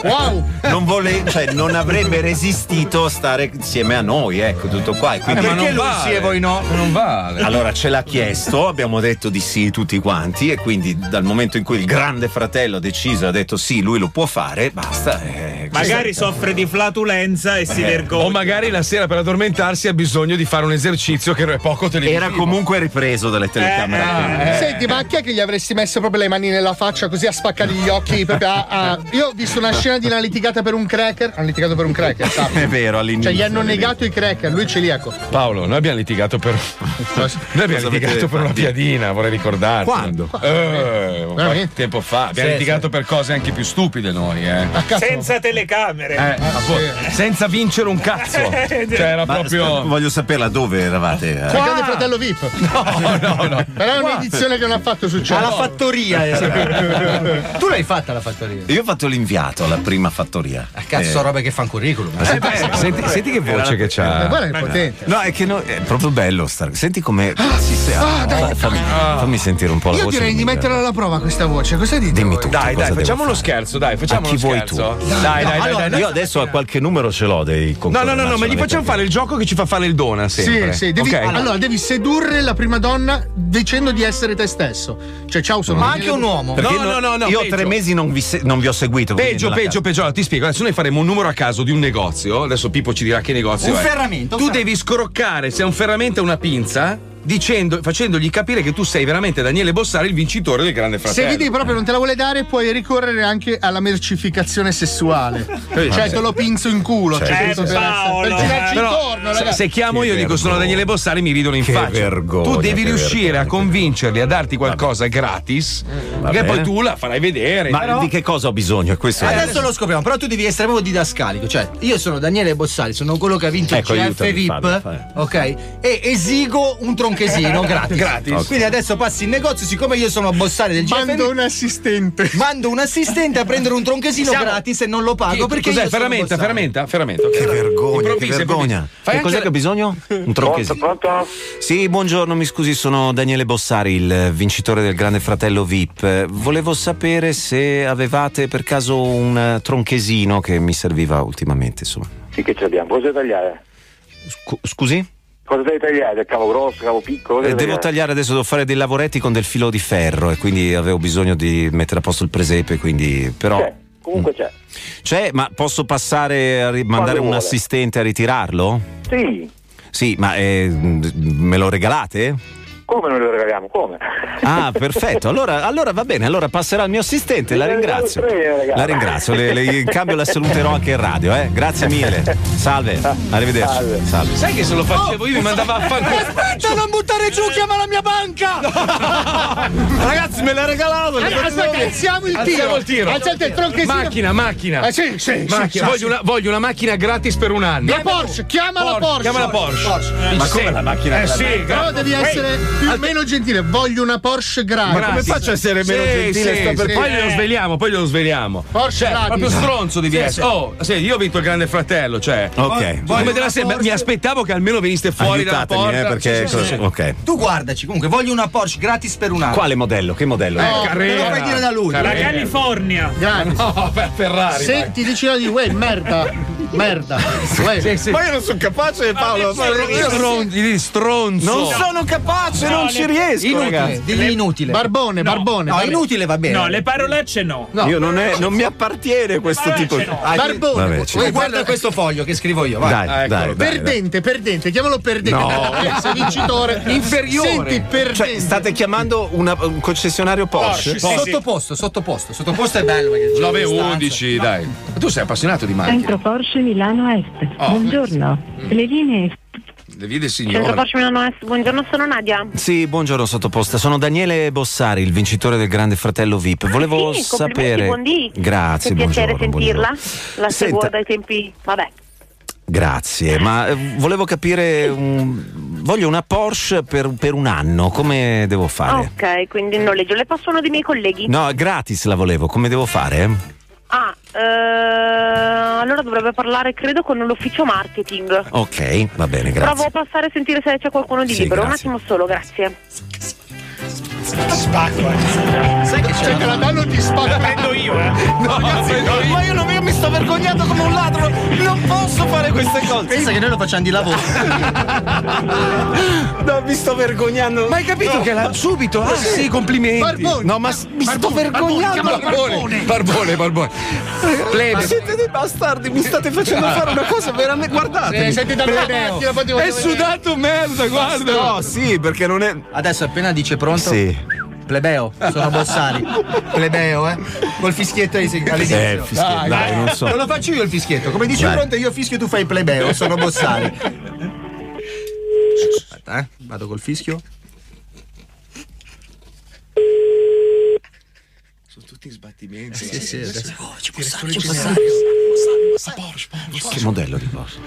Wow!
Non, vole- cioè, non avrebbe resistito a stare insieme a noi, ecco, tutto qua. E quindi-
Eh, ma Perché non lui vale. sì e voi no?
Non
Ah,
vale.
Allora ce l'ha chiesto, abbiamo detto di sì tutti quanti e quindi dal momento in cui il grande fratello ha deciso, ha detto sì, lui lo può fare, basta. eh,
Magari soffre di flatulenza e si vergogna.
Eh, O magari la sera per addormentarsi ha bisogno di fare un esercizio che è poco televisivo. Ah, eh.
Era comunque ripreso dalle
Eh,
telecamere.
Senti, ma anche che gli avresti messo proprio le mani nella faccia così a spaccare gli occhi? proprio a- a- Io ho visto una scena di una litigata per un cracker. Hanno litigato per un cracker, sappi.
È vero, all'inizio.
Cioè, gli hanno negato i cracker, lui è celiaco.
Paolo, noi abbiamo litigato per. noi abbiamo
Cosa avete
litigato per una
fatto?
piadina, vorrei ricordarti.
Quando?
Eh, un po' di
Veramente?
tempo fa. Abbiamo
Sì,
litigato per cose anche più stupide noi, eh.
Senza telecamere.
Eh, ma poi- senza vincere un cazzo. Cioè, era
Ma
proprio. Cioè-
aspetta, voglio saperla dove eravate. eh.
Il grande fratello VIP.
No, no, no.
Però è un'edizione che non ha fatto successo.
Alla fattoria,
eh.
eh.
tu l'hai fatta la fattoria.
Io ho fatto l'inviato alla prima fattoria.
Cazzo, sono robe che fanno curriculum.
Eh, beh,
Ah, senti- senti che
era
voce
la-
che c'ha.
Eh,
guarda che potente.
No, è che no- è proprio bello star. Senti come si se-
ah, dai,
fa- fammi, fammi sentire un po' la
Io
voce.
direi di metterla alla prova questa voce. Cosa dite?
Dimmi
voi?
tu.
Dai,
cosa
dai,
devo
facciamo uno
fare?
scherzo, dai, facciamo
A chi
uno
vuoi
scherzo.
tu?
Dai, dai, dai,
allora,
dai.
io adesso a qualche numero ce l'ho dei
No,
concorsi.
no, no, no, ma gli facciamo fare il gioco che ci fa fare il dona
Sì,
sempre.
sì, devi,
Ok?
allora devi sedurre la prima donna dicendo di essere te stesso. Cioè, ciao, sono
Ma
Daniele
anche un
Bo-
uomo.
Perché
No, no, no, no,
Io
peggio.
tre mesi non vi, se- non vi ho seguito. quindi
Peggio,
non la
peggio, peggio. Allora, ti spiego. Adesso noi faremo un numero a caso di un negozio. Adesso Pippo ci dirà che negozio
Un
è.
ferramento, un
Tu devi scroccare se è un ferramento o una pinza. dicendo, facendogli capire che tu sei veramente Daniele Bossari, il vincitore del Grande
Se
Fratello.
vedi proprio non te la vuole dare, puoi ricorrere anche alla mercificazione sessuale.
Eh,
cioè,
sì.
te lo pinzo in culo.
Cioè,
cioè,
eh,
penso per,
Paolo, Cioè,
per girarci
però,
intorno,
se,
ragazzi.
se chiamo io e dico sono Daniele Bossari, mi ridono in
Che
faccia.
vergogna,
tu devi
che
riuscire a convincerli a darti qualcosa gratis, che
bene.
poi tu la farai vedere.
Ma
Però-
di che cosa ho bisogno? Questo è-
Adesso lo scopriamo, però tu devi essere proprio didascalico. Cioè, io sono Daniele Bossali, sono quello che ha vinto
Ecco,
il CF
aiutami,
VIP,
Fabio, fai.
ok? E esigo un tronchesino gratis.
Gratis. Ok.
Quindi adesso passi in negozio, siccome io sono Bossali del CF. Mando un
assistente.
Mando un assistente a prendere un tronchesino
Siamo-
gratis e non lo pago
Ecco
Chi-
perché
cos'è?
io sono
Ferramenta,
Bossali.
ferramenta, ferramenta. Che
vergogna, che vergogna. Che cos'è che ho bisogno? Un tronchesino. Sì, buongiorno, mi scusi, sono Daniele Bossari, il vincitore del Grande Fratello VIP. Eh, Volevo sapere se avevate per caso un eh, tronchesino che mi serviva ultimamente, insomma.
Sì, che ce l'abbiamo. Cosa devi tagliare?
Scusi?
Cosa devi tagliare? Cavo grosso, cavo piccolo? Cosa
Eh,
devi
devo tagliare adesso, devo fare dei lavoretti con del filo di ferro e quindi avevo bisogno di mettere a posto il presepe, quindi però... Mm.
Comunque c'è.
C'è, ma posso passare a ri- mandare un
vuole.
assistente a ritirarlo?
Sì.
Sì, ma eh, m- me lo regalate?
Come noi lo regaliamo? Come?
Ah, perfetto. Allora, allora va bene, allora passerà il mio assistente, la
Gliene regalo
ringrazio.
tre, ragazzi.
La ringrazio, le, le- in cambio la saluterò anche in radio, eh. Grazie mille. Salve, arrivederci. Salve.
Sai che se lo facevo
Oh,
io mi mandava a fare.
Aspetta, non buttare giù, chiama la mia banca!
Ragazzi, me l'ha regalato!
le
Allora,
persone.
aspetta, alziamo il tiro!
Alziamo il tiro.
Alzate il tronchesino!
Macchina, macchina.
Eh, sì, sì,
Macchina.
sì, sì.
voglio, Una, voglio una macchina gratis per un anno.
La Porsche, chiama la Porsche!
Chiama la Porsche.
Eh,
Ma
sì.
come la macchina
Eh
gratis?
sì, però
Gratis.
devi
Ehi.
essere più o meno gentile. Voglio una Porsche gratis.
Gratis. Sì, sì, sì. poi
Eh.
glielo svegliamo, poi glielo svegliamo.
Porsche
Cioè,
gratis.
proprio stronzo devi
Sì,
essere.
sì.
Oh, sì, io ho vinto il Grande Fratello, cioè.
Ok.
Cioè, come te la sei- mi aspettavo che almeno veniste fuori
Aiutatemi,
dalla porta.
eh, perché
Sì, Ah. sì, sì.
ok.
Tu guardaci, comunque voglio una Porsche gratis per un anno.
Quale modello? Che modello?
No, Eh, Carrera. me lo fai dire da lui.
Eh.
La
Carrera.
California.
Grazie.
No, per Ferrari.
Se ti dici di uè, merda, merda. uè.
Ma io
non sono capace,
Paolo, ma io sono-
Stronzo. stronzo.
Non sono
capace,
No, non le- ci riesco, inutile, ragazzi. digli inutile. Barbone, barbone, va bene.
No, le parolacce no.
Io non, è- non mi appartiene questo
Vabbè,
tipo
ce
di.
l'ho.
Ah,
Barbone,
vabbè, ce l'ho.
Uè, guarda questo foglio che scrivo io, vai.
Dai, dai, dai, dai.
Perdente, perdente, chiamalo perdente.
No.
Ah, ecco. Eh, sei vincitore. Senti, perdente.
Cioè, state chiamando una- un concessionario Porsche?
Sottoposto, sottoposto, sottoposto è bello perché
9-11, dai. Ma Tu sei appassionato di macchine.
Centro Porsche Milano Est.
Oh,
Buongiorno. Le linee.
Le vie del
Centro
signore.
Porsche Milano Est. Buongiorno, sono Nadia.
Sì, buongiorno sottoposta. Sono Daniele Bossari, il vincitore del Grande Fratello VIP. Volevo
Ah, Sì, complimenti,
sapere.
buon dì.
Grazie,
Che piacere
Ah, buongiorno,
sentirla.
buongiorno.
La seguo
Senta.
dai tempi. Vabbè.
Grazie, ma eh, volevo capire. un- Voglio una Porsche per, per un anno, come devo
Ah,
fare?
ok, quindi il noleggio. Le passo uno dei miei colleghi.
No, gratis la volevo, come devo fare?
Ah, eh, allora dovrebbe parlare, credo, con l'ufficio marketing.
Ok, va bene, grazie.
Provo a passare a sentire se c'è qualcuno di
Sì,
libero.
grazie.
Un attimo solo, grazie.
Spacco, eh. Sai che c'è? Cioè, te la danno ti spacco. La prendo io, eh.
No,
ragazzi, ma io non io mi sto vergognando come un ladro, non posso fare queste cose. Pensa che noi lo facciamo di lavoro.
no, mi sto vergognando.
Ma hai capito che la subito?
Ah, sì, complimenti.
No, ma s- mi sto vergognando.
Barbone, barbone, barbone.
Ma
Plebe.
siete dei bastardi, mi state facendo fare una cosa veramente. Guardate.
Sì, senti dal vedere, io poi ti voglio È vedere. sudato merda, guarda.
No, sì, perché non è.
Adesso appena dice pronto.
Sì.
Plebeo, sono Bossari. Plebeo, eh. Col fischietto ai all'inizio.
Eh, il fischietto, dai, non so.
lo faccio io il fischietto. Come dice
Vai.
pronto, io fischio, tu fai plebeo, sono Bossari. Aspetta, eh. Vado col fischio.
Sono tutti in sbattimento.
Sì, sì, adesso.
Che modello di Porsche?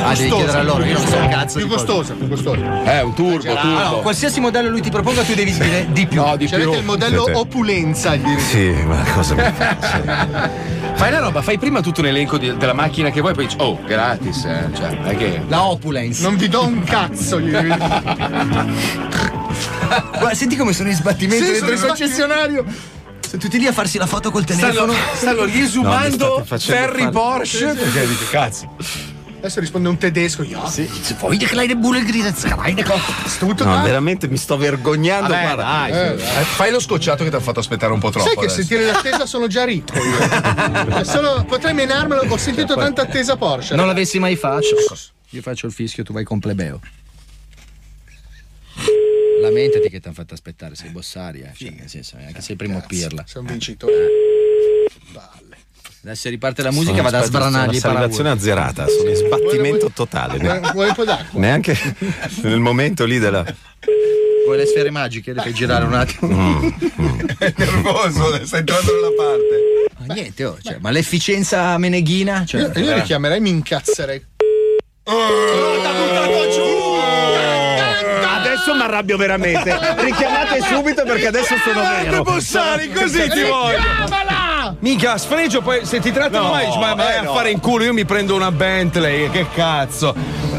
Ah, devi chiedere a loro, io non so un cazzo.
Più
di cose.
costosa, più costosa.
Eh, un turbo,
Ah, no, qualsiasi modello lui ti proponga, tu devi dire di più. Cioè, No,
di C'è il modello opulenza. Gli
Sì, ma cosa mi
Fai la roba, fai prima tutto un elenco di- della macchina che vuoi, poi dici, oh, gratis, eh. Cioè, non è che.
La opulence.
Non vi do un cazzo. Gli...
Guarda, senti come sono in sbattimento
Sì,
dentro
sono
il
in
concessionario. Sono tutti lì a farsi la foto col telefono.
riesumando
Perché dici, cazzo.
Adesso risponde un tedesco. Io. Sì, se vuoi che l'hai bulle grida, Meine Kopf. Tutto
No,
da-
veramente mi sto vergognando.
Ah. Vabbè,
guarda.
dai.
Eh,
Eh, Fai lo scocciato che ti ha fatto aspettare un po' troppo. eh.
Sai che
adesso.
sentire l'attesa sono già ricco io. È Solo, potrei menarmelo, ho sentito tanta attesa Porsche.
Non l'avessi mai fatto. Io faccio il fischio, tu vai con plebeo. Lamentati che ti hanno fatto aspettare, sei Bossari, eh. Cioè, nel senso, eh, che sei il primo pirla. Eh.
Sei un vincitore.
Adesso riparte la musica, vado a sbranargli
La
i paraurti.
salvazione azzerata, sono in sbattimento totale. Ne-
Eh, Vuoi un po' d'acqua?
Neanche nel momento lì della.
Vuoi le sfere magiche? Le fai girare un attimo.
Mm. È nervoso, stai entrando nella parte.
Ma niente, oh, cioè, ma l'efficienza meneghina? Cioè,
Io, io li chiamerei, mi incazzerei.
Adesso mi arrabbio veramente. Richiamate subito perché adesso sono vero.
Bossari, così ti voglio.
Richiamala!
Minchia, sfregio, poi se ti trattano
No,
mai, dici, ma vai
eh,
a
no.
fare in culo, io mi prendo una Bentley, che cazzo.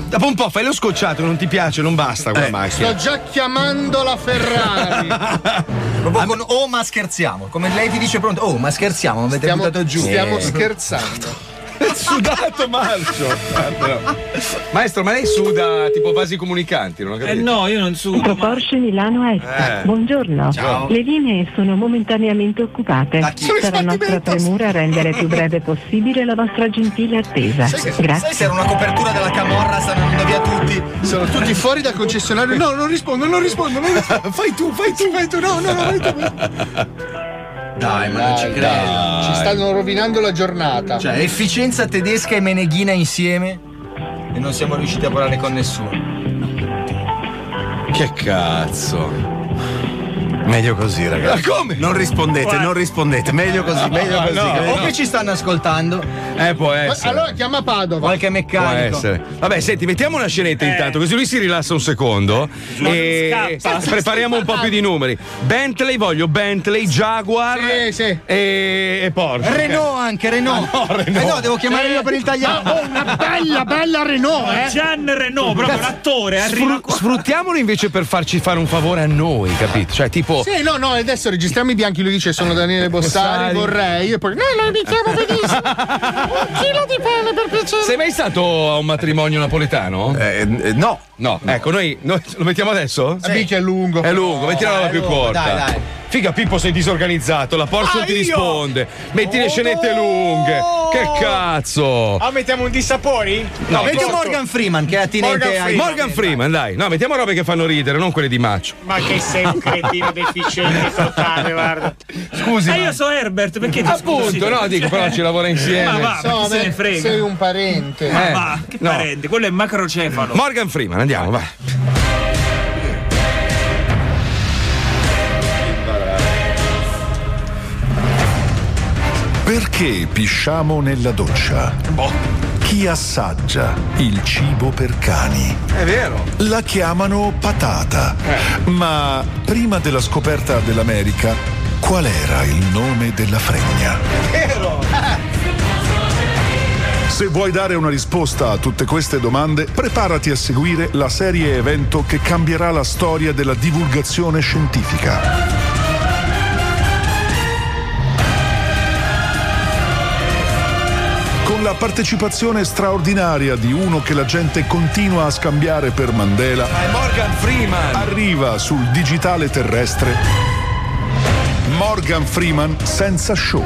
Dopo un po' fai lo scocciato, non ti piace, non basta quella macchina.
Sto già chiamando la Ferrari.
Proprio con oh ma scherziamo, come lei ti dice pronto, oh ma scherziamo, mi avete buttato giù.
Stiamo
Eh.
scherzando.
Sudato marcio. Maestro, ma lei suda tipo vasi comunicanti, non ho capito.
Eh, no, io non sudo.
Porsche Milano Est.
Eh.
Buongiorno.
Ciao.
Le linee sono momentaneamente occupate. Sarà nostra premura rendere più breve possibile la vostra gentile attesa.
Sai, che-
Grazie.
sai se era una copertura della Camorra stanno andando via tutti?
Sono tutti fuori da concessionario. No, non rispondo, non rispondo. Non rispondo. Fai tu, fai tu, fai tu. No, no, no, fai tu.
Dai, ma non ci credo.
Ci stanno rovinando la giornata.
Cioè, efficienza tedesca e meneghina insieme e non siamo riusciti a parlare con nessuno.
Che cazzo.
Meglio così, ragazzi.
Ma come? Ah,
Non rispondete, non rispondete. Meglio così, meglio così.
o che ci stanno ascoltando.
Eh, può
Ma-
essere.
Allora chiama Padova. Qualche
Può essere. Vabbè, senti, mettiamo una
Eh.
scenetta intanto, così lui si rilassa un secondo e
scappa.
prepariamo un po' più di numeri. Bentley, voglio Bentley, Jaguar E, e Porsche.
Renault anche, Renault.
Ah, no, Renault.
Eh no, devo chiamare io per il tagliato.
Ma, oh, una bella, bella Renault, eh.
Gian Renault, proprio l'attore.
Sfru- sfruttiamolo invece per farci fare un favore a noi, capito? Cioè, tipo.
Sì, Eh, no, no, adesso registriamo i bianchi, lui dice sono Daniele
Bossari.
Bossari, vorrei, e poi no, no, mi chiamo benissimo. Un chilo di pelle per piacere.
Sei mai stato a un matrimonio napoletano?
Eh,
no.
No, ecco, noi, noi- lo mettiamo adesso?
Sì. Mica Eh, è lungo.
È lungo,
No,
mettiamo la
dai,
più
lungo,
corta.
dai, dai.
Figa Pippo sei disorganizzato, la Porsche
Ah,
non ti
io? Oh,
risponde. Metti le scenette lunghe. Che cazzo?
Ah, mettiamo un dissapori?
No, metti
corto.
Morgan Freeman che è attinente
Morgan
ai
Freeman.
Morgan Freeman, dai. No, mettiamo robe che fanno ridere, non quelle di Maccio.
Ma che sei un cretino deficiente totale, guarda.
Cioè, Scusi.
Ma Eh, io so Herbert, perché ti
Appunto,
scusi?
no, dico, però ci lavora insieme.
Ma va,
No,
chi se
Eh, beh,
ne frega.
Sei un parente.
Ma
Eh,
va, che
no.
parente, quello è macrocefalo.
Morgan Freeman, andiamo, vai.
Perché pisciamo nella doccia?
Boh.
Chi assaggia il cibo per cani?
È vero. Eh.
La chiamano patata. Ma prima della scoperta dell'America, qual era il nome della fregna? Se vuoi dare una risposta a tutte queste domande, preparati a seguire la serie evento che cambierà la storia della divulgazione scientifica. Con la partecipazione straordinaria di uno che la gente continua a scambiare per Mandela,
Morgan Freeman.
arriva sul digitale terrestre Morgan Freeman senza show.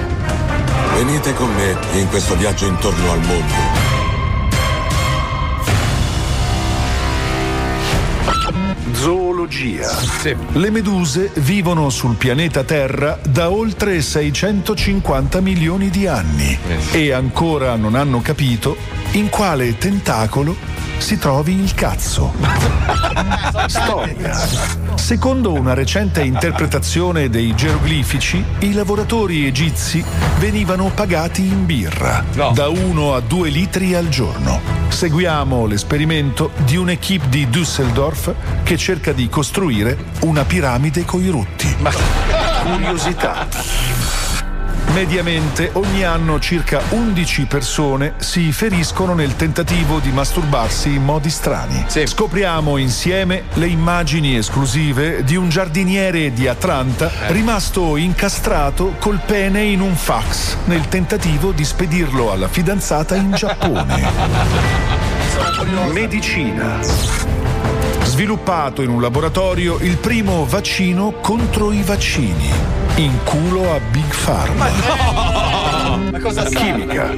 Venite con me in questo viaggio intorno al mondo.
Zoologia. Le meduse vivono sul pianeta Terra da oltre 650 milioni di anni e ancora non hanno capito in quale tentacolo si trovi il cazzo. Storia. Secondo una recente interpretazione dei geroglifici, i lavoratori egizi venivano pagati in birra, da 1 a 2 litri al giorno. Seguiamo l'esperimento di un'equipe di Düsseldorf che cerca di costruire una piramide coi rutti. Curiosità. Mediamente ogni anno circa 11 persone si feriscono nel tentativo di masturbarsi in modi strani. Scopriamo insieme le immagini esclusive di un giardiniere di Atlanta rimasto incastrato col pene in un fax nel tentativo di spedirlo alla fidanzata in Giappone. Medicina. Sviluppato in un laboratorio il primo vaccino contro i vaccini. In culo a Big Pharma. chimica.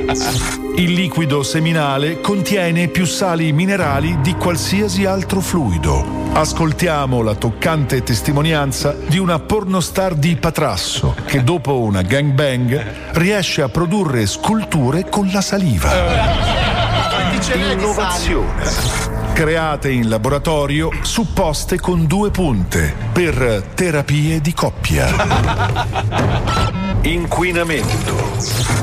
Il liquido seminale contiene più sali minerali di qualsiasi altro fluido. Ascoltiamo la toccante testimonianza di una pornostar di Patrasso che dopo una gangbang riesce a produrre sculture con la saliva.
Ah,
Innovazione.
Create in laboratorio su poste con due punte per terapie di coppia. Inquinamento.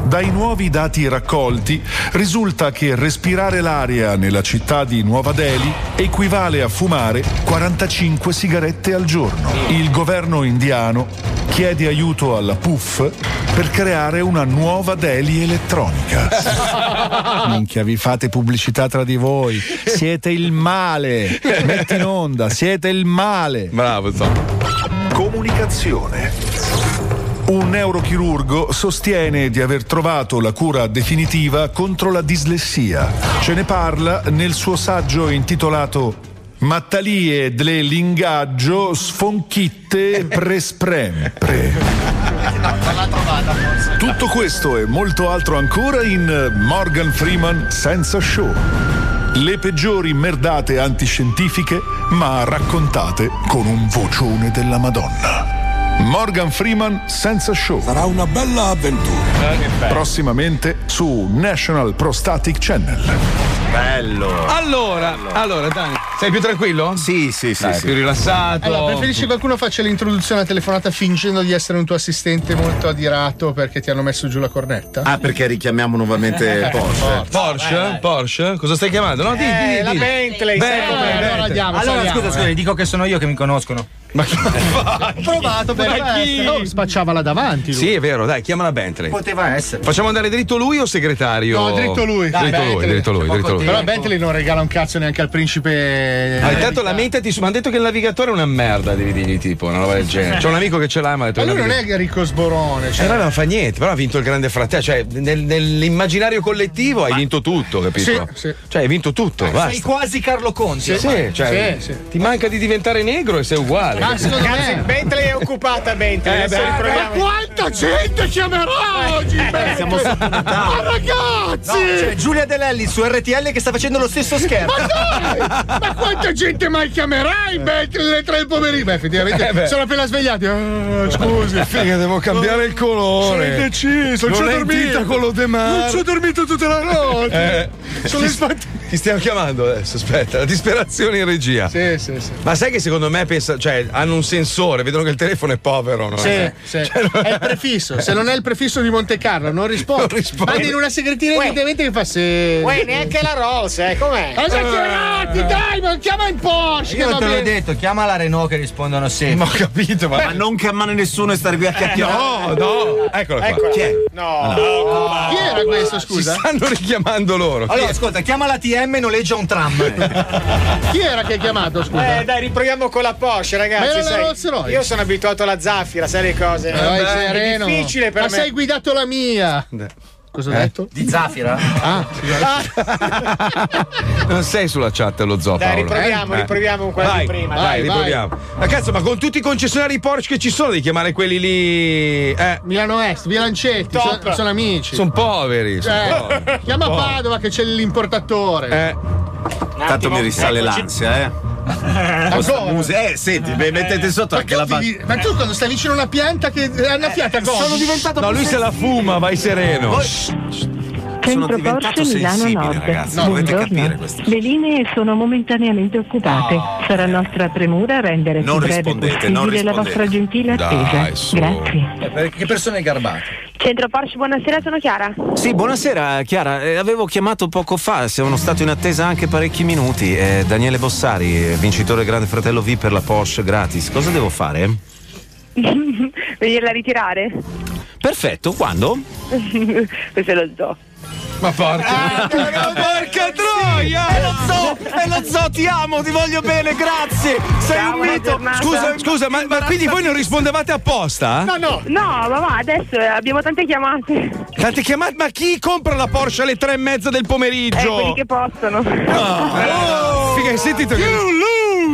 Dai nuovi dati raccolti risulta che respirare l'aria nella città di Nuova Delhi equivale a fumare 45 sigarette al giorno. Il governo indiano chiede aiuto alla PUF per creare una nuova Delhi elettronica.
Ah.
Minchia, vi fate pubblicità tra di voi. Siete il male. Metti in onda, siete il male.
Bravo, Tom.
Comunicazione. Un neurochirurgo sostiene di aver trovato la cura definitiva contro la dislessia. Ce ne parla nel suo saggio intitolato Mattalie delle lingaggio sfonchitte presprempre.
Ah,
L'ha trovata forse.
Tutto questo e molto altro ancora in eh, Morgan Freeman Senza Show. Le peggiori merdate antiscientifiche, ma raccontate con un vocione della Madonna. Morgan Freeman Senza Show. Sarà una bella avventura. Prossimamente su National Prostatic Channel.
Bello.
Allora, allora, Dani, sei più tranquillo?
Sì, sì,
Dai, più rilassato.
Allora, preferisci che qualcuno faccia l'introduzione alla telefonata fingendo di essere un tuo assistente molto adirato perché ti hanno messo giù la cornetta?
Ah, perché richiamiamo
Eh,
Eh,
nuovamente Porsche.
Porsche? Porsche? Cosa stai chiamando? No, di, di,
Eh, la
di.
Bentley,
Beh,
sai,
Bentley.
allora andiamo,
allora,
saliamo,
scusa,
eh.
scusa, dico che sono io che mi conoscono.
Ma
Ho provato per
Ma chi?
essere. Oh, spacciava là davanti. Lui.
Sì, è vero, dai, chiamala Bentley.
Eh. Poteva essere.
Facciamo andare dritto lui o segretario?
No, dritto lui. Dai,
dritto lui,
Bentley.
dritto lui, dritto lui.
Però Bentley non regala un cazzo neanche al principe. eh,
Ah, intanto lamentati su, mi hanno detto che il navigatore è una merda, devi dirgli tipo, una roba del genere. C'è un amico che ce l'ha, ma ha detto
Eh. Ma
il
lui non
navigatore-
è che Enrico Sborone. Cioè.
Eh, no, non fa niente, però ha vinto il grande fratello, cioè nel- nell'immaginario collettivo hai vinto tutto, capito?
Sì, sì.
Cioè hai vinto
Ah,
tutto,
Sei
basta.
quasi Carlo Conti.
Sì, cioè,
Sì, sì.
ti manca di diventare negro e sei uguale.
Ma secondo
Cazzo,
me-
Bentley è occupata, Bentley.
Eh,
adesso
beh.
riproviamo.
Ma
quanta gente chiamerà oggi?
Siamo sotto
Natale.
Ma ragazzi!
No, c'è Giulia Delelli su RTL che sta facendo lo stesso scherzo.
Ma quanta gente mai chiamerai, Bentley, alle tre del pomeriggio? Beh, effettivamente
Eh, beh.
sono appena svegliati. Ah, scusi.
Figa, devo cambiare il colore.
Sono indeciso,
Non
ci ho
è in tinta
dormito.
quello De Mare.
Non ci ho dormito tutta la
Eh,
notte. sono
ti,
isfatto.
ti stiamo chiamando adesso, aspetta, la disperazione in regia.
Sì, sì, sì.
Ma sai che secondo me pensa, cioè, hanno un sensore, vedono che il telefono è povero, no?
Sì,
Eh.
sì. è il prefisso. Se non è il prefisso di Monte Carlo, non risponde. Mandi in una segreteria
Uè.
evidentemente che fa se.
Uè, neanche la Rolls, eh, com'è?
Esagerati, dai, ma chiama in Porsche.
Io
va
te l'ho
bene.
detto, chiama la Renault che rispondono sempre.
Ma ho capito,
ma non chiamare nessuno e stare qui a chiacchierare.
no, Ecco. Ah. eccolo qua.
Chi è?
No.
Chi era
Ah,
questo, scusa?
Ci stanno richiamando loro.
Allora, ascolta, chiama la TM e noleggia un tram.
Chi era che ha chiamato, scusa?
Eh, dai, riproviamo con la Porsche,
Ma
ragazzi.
era la
sai.
Rolls Royce.
Io sono abituato alla zaffira, sai le cose.
eh?
Dai,
È
Eh, sereno.
difficile per
ma
me.
sei guidato la mia. Cosa ho
Eh?
detto?
Di Zafira?
Ah,
Non sei sulla chat lo zoo.
Dai,
Paolo,
riproviamo,
eh?
riproviamo con quelli
Vai,
di prima,
Vai,
dai.
riproviamo. Ma cazzo, ma con tutti i concessionari Porsche che ci sono, devi chiamare quelli lì. Eh.
Milano Est, Bilancetti, so- sono, amici.
Sono poveri. son
Eh,
poveri.
chiama
poveri.
Padova che c'è l'importatore.
Eh.
Tanto mi risale l'ansia, eh. Questa
Ancora?
musica- eh, senti, beh, mettete sotto anche la
Ti
base.
di- Ma tu quando stai vicino a una pianta che è
Eh,
annaffiata, cosa?
sono diventato
No, lui se la fuma, vai sereno.
Voi-
Centro
diventato
Porsche Milano
sensibile,
Nord.
ragazzi, dovete capire questo.
Le linee sono momentaneamente occupate. Sarà nostra premura rendere
Non
più breve
rispondete, non
possibile la
rispondete.
vostra gentile
Dai,
attesa.
su.
Grazie.
Eh,
Che persone garbate.
Centro Porsche, buonasera, sono Chiara.
Sì, buonasera Chiara, Eh, avevo chiamato poco fa, siamo stati in attesa anche parecchi minuti. Eh, Daniele Bossari, eh, vincitore Grande Fratello V per la Porsche gratis, cosa devo fare?
Venirla a ritirare?
Perfetto, quando?
Questo è lo zoo.
Ma porca.
Porca troia!
Eh,
È lo zoo, è lo zoo, ti amo, ti voglio bene, grazie! Sei
Ciao,
un
buona
mito!
giornata.
Scusa, scusa, ma, ma quindi voi non rispondevate
Ah?
apposta?
no. No, mamma, adesso eh, abbiamo tante chiamate.
Tante chiamate, ma chi compra la Porsche alle tre e mezza del
Eh,
pomeriggio? Ah, eh.
quelli che possono.
Figa, hai sentito che...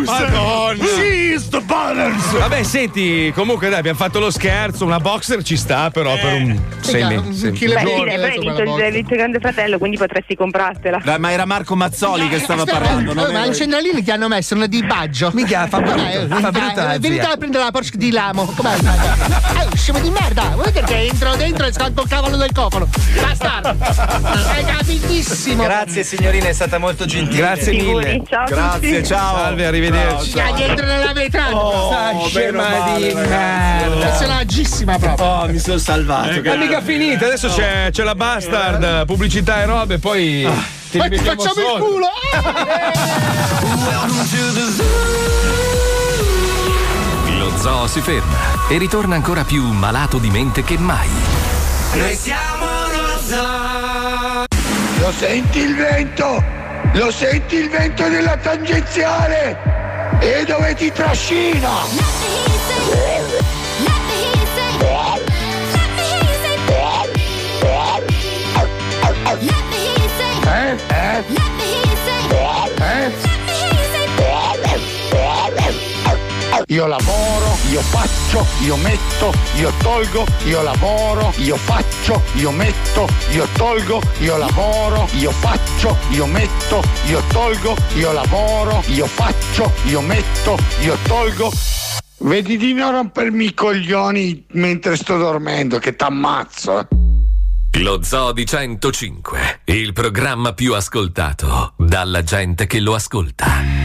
Madonna.
She's the balance.
Vabbè, senti, comunque dai, abbiamo fatto lo scherzo, una boxer ci sta però per un
Eh,
sei
Figa,
mesi.
un
sì.
chilo
Beh,
e
sì,
mezzo
dai, poi hai
quella
vinto
volta.
il, vinto il grande fratello, quindi potresti comprartela.
Dai, ma era Marco Mazzoli che stava parlando. non
ma
ero
al
io.
Cennalini ti hanno messo una di Baggio. Eh, Mica, fa
fa brutta,
Venite
eh.
zia.
a prendere la Porsche di Lamo. Com'è? Eh, scemo di merda. Vuoi vedere che entro dentro e scolgo il cavolo del cofano? Bastardo. È capitissimo.
Grazie signorina, è stata molto gentile.
Grazie mille.
Grazie, ciao.
Salve, arrivederci.
Ci ha dentro nella vetrata.
Oh, scema di merda.
Personaggissima proprio.
Oh, mi sono salvato.
È mica finita, adesso c'è, c'è la bastard, pubblicità e robe, poi. ti
Poi ti
rimettiamo
facciamo il
sotto.
culo.
Eh.
Lo zoo si ferma e ritorna ancora più malato di mente che mai.
Noi siamo Rosa. Lo senti il vento? Lo senti il vento della tangenziale? E dove ti trascina? Eh? Eh? Eh? Io lavoro, io faccio, io metto, io tolgo, io lavoro, io faccio, io metto, io tolgo, io lavoro, io faccio, io metto, io tolgo, io lavoro, io faccio, io metto, io tolgo. Vedi di non rompermi i coglioni mentre sto dormendo, che t'ammazzo. eh.
Lo zoo di 105, il programma più ascoltato dalla gente che lo ascolta.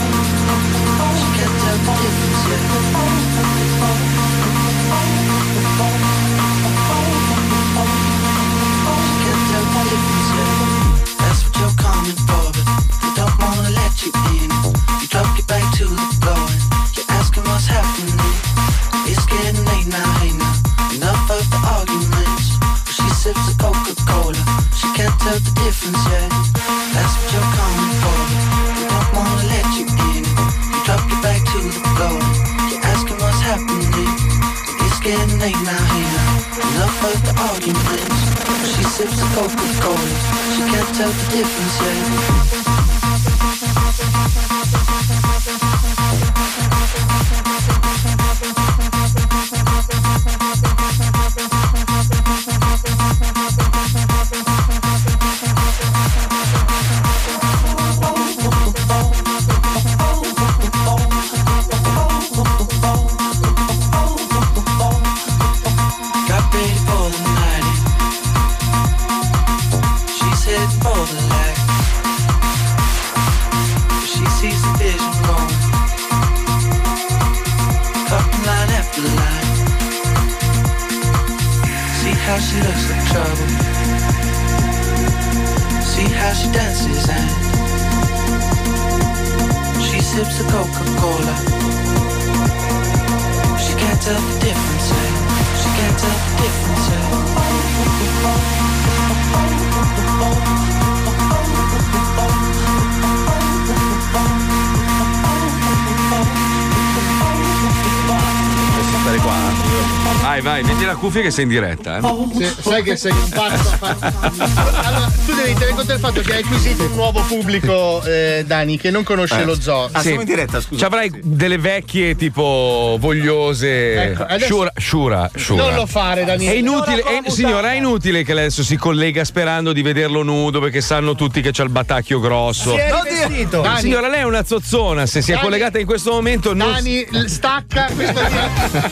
She can't tell the difference yet. That's what you're coming for, but they don't wanna let you in. You drop your back to the floor and you're asking what's happening. It's getting late now, hey now. Enough of the arguments. She sips a Coca-Cola, she can't tell the difference yet. That's what you're coming for, but they don't wanna let you in. You drop your back to the floor. You're asking what's happening. It's getting late now, hey now. Enough of the arguments. She sips a Coca-Cola. She can't tell the difference yet. Got ready for the night. in. She's heading for the light. She sees the vision going. Up line after line. See how she looks in trouble. See how she dances and she sips a Coca-Cola. She can't tell the difference. eh? She can't tell the difference.
Stare qua. Hai Vai, vai, metti la cuffia che sei in diretta. eh.
Sì, sai che sei un pazzo. pazzo. Allora, tu devi tenere conto del fatto che hai acquisito un nuovo pubblico, eh, Dani, che non conosce
Eh.
lo zoo.
Ah,
Sì. Ci avrai delle vecchie tipo vogliose.
Ecco, adesso-
Shura, Shura, Shura.
Non lo fare, Daniele.
È inutile, è- signora, è inutile che lei adesso si collega sperando di vederlo nudo perché sanno tutti che c'ha il batacchio grosso.
rivestito.
Dani. Signora, lei è una zozzona. Se si è
Dani.
collegata in questo momento, non.
Dani l- stacca questo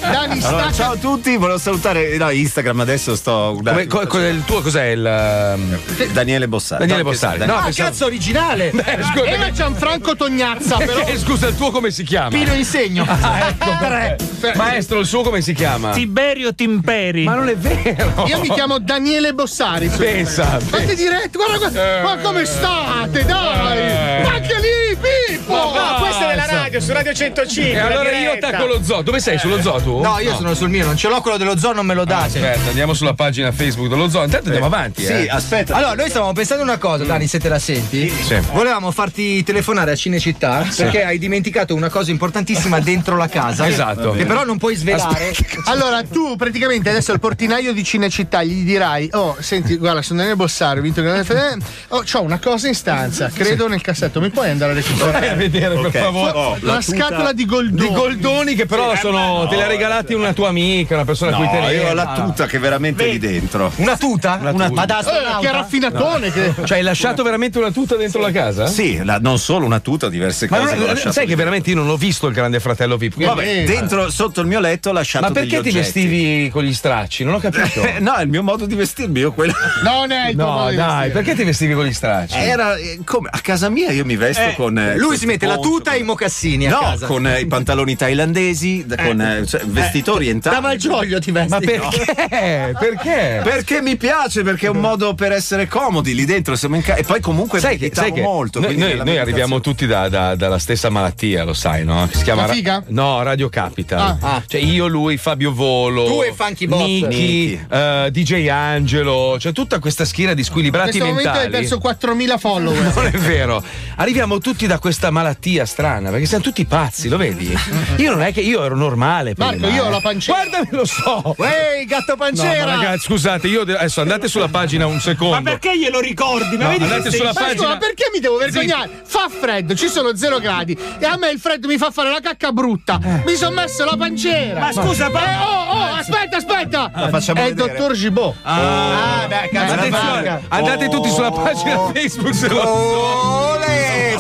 Dani stacca. Ah,
Allora, ciao a tutti, volevo salutare no, Instagram adesso sto guardando.
Come- co- co- il tuo cos'è il
ehm,
um, Daniele Bossari?
Daniele
No, che-
Bossari.
Daniele-
No,
esatto.
Ah,
pensavo-
cazzo originale!
Eh,
Beh, scusa,
Era Gianfranco Tognazza, però.
Eh, Scusa, il tuo come si chiama?
Pino Insegno.
Ah, ecco,
Eh. Tre.
Maestro, il suo come si chiama?
Tiberio Timperi.
Ma non è vero.
Io mi chiamo Daniele Bossari.
Pensa, Eh.
Fate diretto, guarda, guarda. Ma come state? Dai! Ma anche lì, Pippo!
No, questa è della radio, su Radio 105.
E allora io attacco lo zoo. Dove sei? Sullo zoo tu?
No, io sono sul mio, non ce l'ho quello dello zoo, non me lo
Ah,
date.
aspetta, andiamo sulla pagina Facebook dello zoo. Intanto andiamo avanti. eh.
Allora, noi stavamo pensando una cosa, Dani, se te la senti.
Sì.
Volevamo farti telefonare a Cinecittà
Sì.
perché hai dimenticato una cosa importantissima dentro la casa.
Esatto.
Che però non puoi svelare.
Allora, tu praticamente adesso al portinaio di Cinecittà gli dirai: Oh, senti, guarda, sono Daniele Bossari, ho vinto il grande Fratello. Oh, c'ho una cosa in stanza, credo nel cassetto, mi puoi andare a recuperare?
Vai a vedere, per favore.
Fa-
Oh,
la,
la tuta-
scatola di Goldoni.
Di Goldoni che però
eh,
sono, te le ha regalati una tua amica, una persona a cui te
No,
ne
io ho la
Ah.
tuta che veramente è lì dentro.
Una tuta?
Una tuta.
Eh, che raffinatone che.
Cioè, hai lasciato veramente una tuta dentro la casa?
Sì, la- non solo una tuta, diverse
Ma
cose.
non-
che ho lasciato
sai che veramente io non ho visto il grande fratello VIP.
Vabbè, dentro, sotto il mio letto ho lasciato
Ma perché
degli
ti
oggetti.
vestivi con gli stracci? Non ho capito.
Eh, no, è il mio modo di vestirmi, io quello.
Non è il tuo modo
No,
di
dai,
vestire.
perché ti vestivi con gli stracci?
Era eh, come a casa mia io mi vesto
Eh,
con eh,
lui
con
si mette la
poncho,
tuta
con-
e i mocassini a
no,
casa.
con eh, i pantaloni thailandesi, d- con eh, cioè, vestito orientale.
Da Malgioglio ti vesti.
Ma
perché? Perché?
Perché mi piace, perché è un modo per essere comodi lì dentro, siamo in ca- e poi comunque
Sai che, sai
meditavo
che
molto,
noi,
quindi
noi-
nella
noi
meditazione-
arriviamo tutti da- da- dalla stessa malattia, lo sai, no? Si chiama
La figa?
No, Radio Capital.
Ah.
Cioè io, lui, Fabio Volo,
Tu e Funky Bot.
Nicky, eh, DJ Angelo, cioè tutta questa schiera di
In
squilibrati
questo momento
mentali.
hai perso 4.000 follower.
Non è vero. Arriviamo tutti da questa malattia strana, perché siamo tutti pazzi, lo vedi? Io non è che io ero normale. prima,
Marco, io ho
eh.
la pancera.
Guardami, lo so.
Ehi, gatto pancera.
No, ma ragazzi, scusate, io de- adesso andate sulla pagina un secondo. Ma
perché glielo ricordi?
Ma
No,
vedi che
andate
sei-
sulla
Ma scusa,
pagina.
ma perché mi devo vergognare? Fa freddo, ci sono zero gradi. E a me il freddo mi fa fare la cacca brutta. Mi sono messo la pancera.
Ma scusa, ma-
Eh, oh, oh, aspetta, aspetta.
La facciamo
È il
vedere.
dottor Gibot.
Ah.
Ah, beh, cazzo, Oh.
Attenzione, andate tutti sulla pagina Facebook dello
Ole,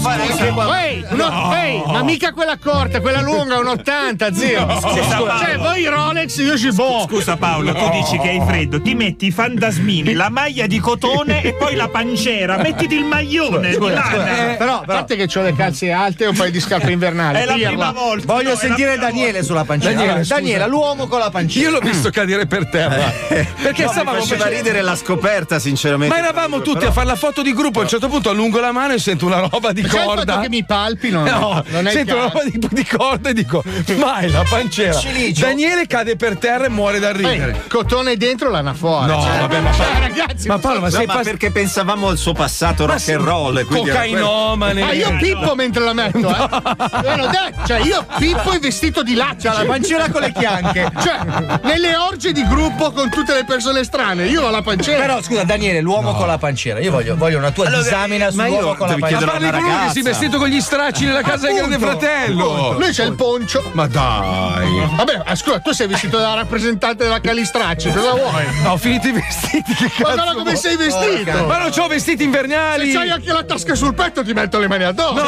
Ehi, no, ehi, ma mica quella corta, quella lunga, un 80, zio.
No. Scusa, Paolo.
Cioè, voi Rolex, io Gibot.
Scusa Paolo, tu dici che hai freddo, ti metti i fantasmini, la maglia di cotone e poi la pancera, mettiti il maglione di
Scusa,
lana.
scusa, eh, però, a parte che ho le calze alte e un paio di scarpe invernali.
È la prima
pirla.
volta. Voglio sentire Daniele sulla pancina.
Daniele,
Allora,
scusa.
Daniela, l'uomo con la pancina.
Io l'ho visto cadere per terra. Perché
Eh. No,
stavamo
mi faceva
facendo-
ridere la scoperta, sinceramente.
Ma eravamo tutti a fare la foto di gruppo, a un certo punto allungo la mano e sento una roba di
Cioè, il fatto
corda.
che mi palpi non,
No,
non è
sento
chiaro.
una roba di, di corda e dico: Mai la pancera.
Silicio.
Daniele cade per terra e muore dal ridere.
Ehi, cotone dentro, lana fuori.
No,
Cioè,
vabbè, ma
cioè,
Paolo-
ragazzi,
ma Paolo, ma sei
ma
pas-
perché pensavamo al suo passato
Ma
rock
sì,
and roll? quindi era quello.
cocainomane.
Ma io pippo mentre la metto, eh. Ve l'ho detto, cioè io pippo e vestito di
Cioè,
laccia.
C'ha la pancera con le chianche.
Cioè, nelle orge di gruppo con tutte le persone strane, io ho la pancera.
Però scusa, Daniele, l'uomo con la pancera. Io voglio, voglio una tua
Allora,
disamina
ma
sull'uomo
io
con la
devi
pancera.
chiederlo a una
Quello che si è vestito con gli stracci nella casa del grande
Appunto,
fratello.
appunto. Lui c'è il poncio.
Ma dai.
Vabbè, ah, scusa, tu sei vestito da rappresentante della Calistracci, cosa vuoi?
No, ho finito i vestiti. Che
Ma
cazzo
guarda come
vuoi?
sei vestito!
Ma non c'ho vestiti invernali!
Se c'hai anche la tasca sul petto, ti metto le mani addosso!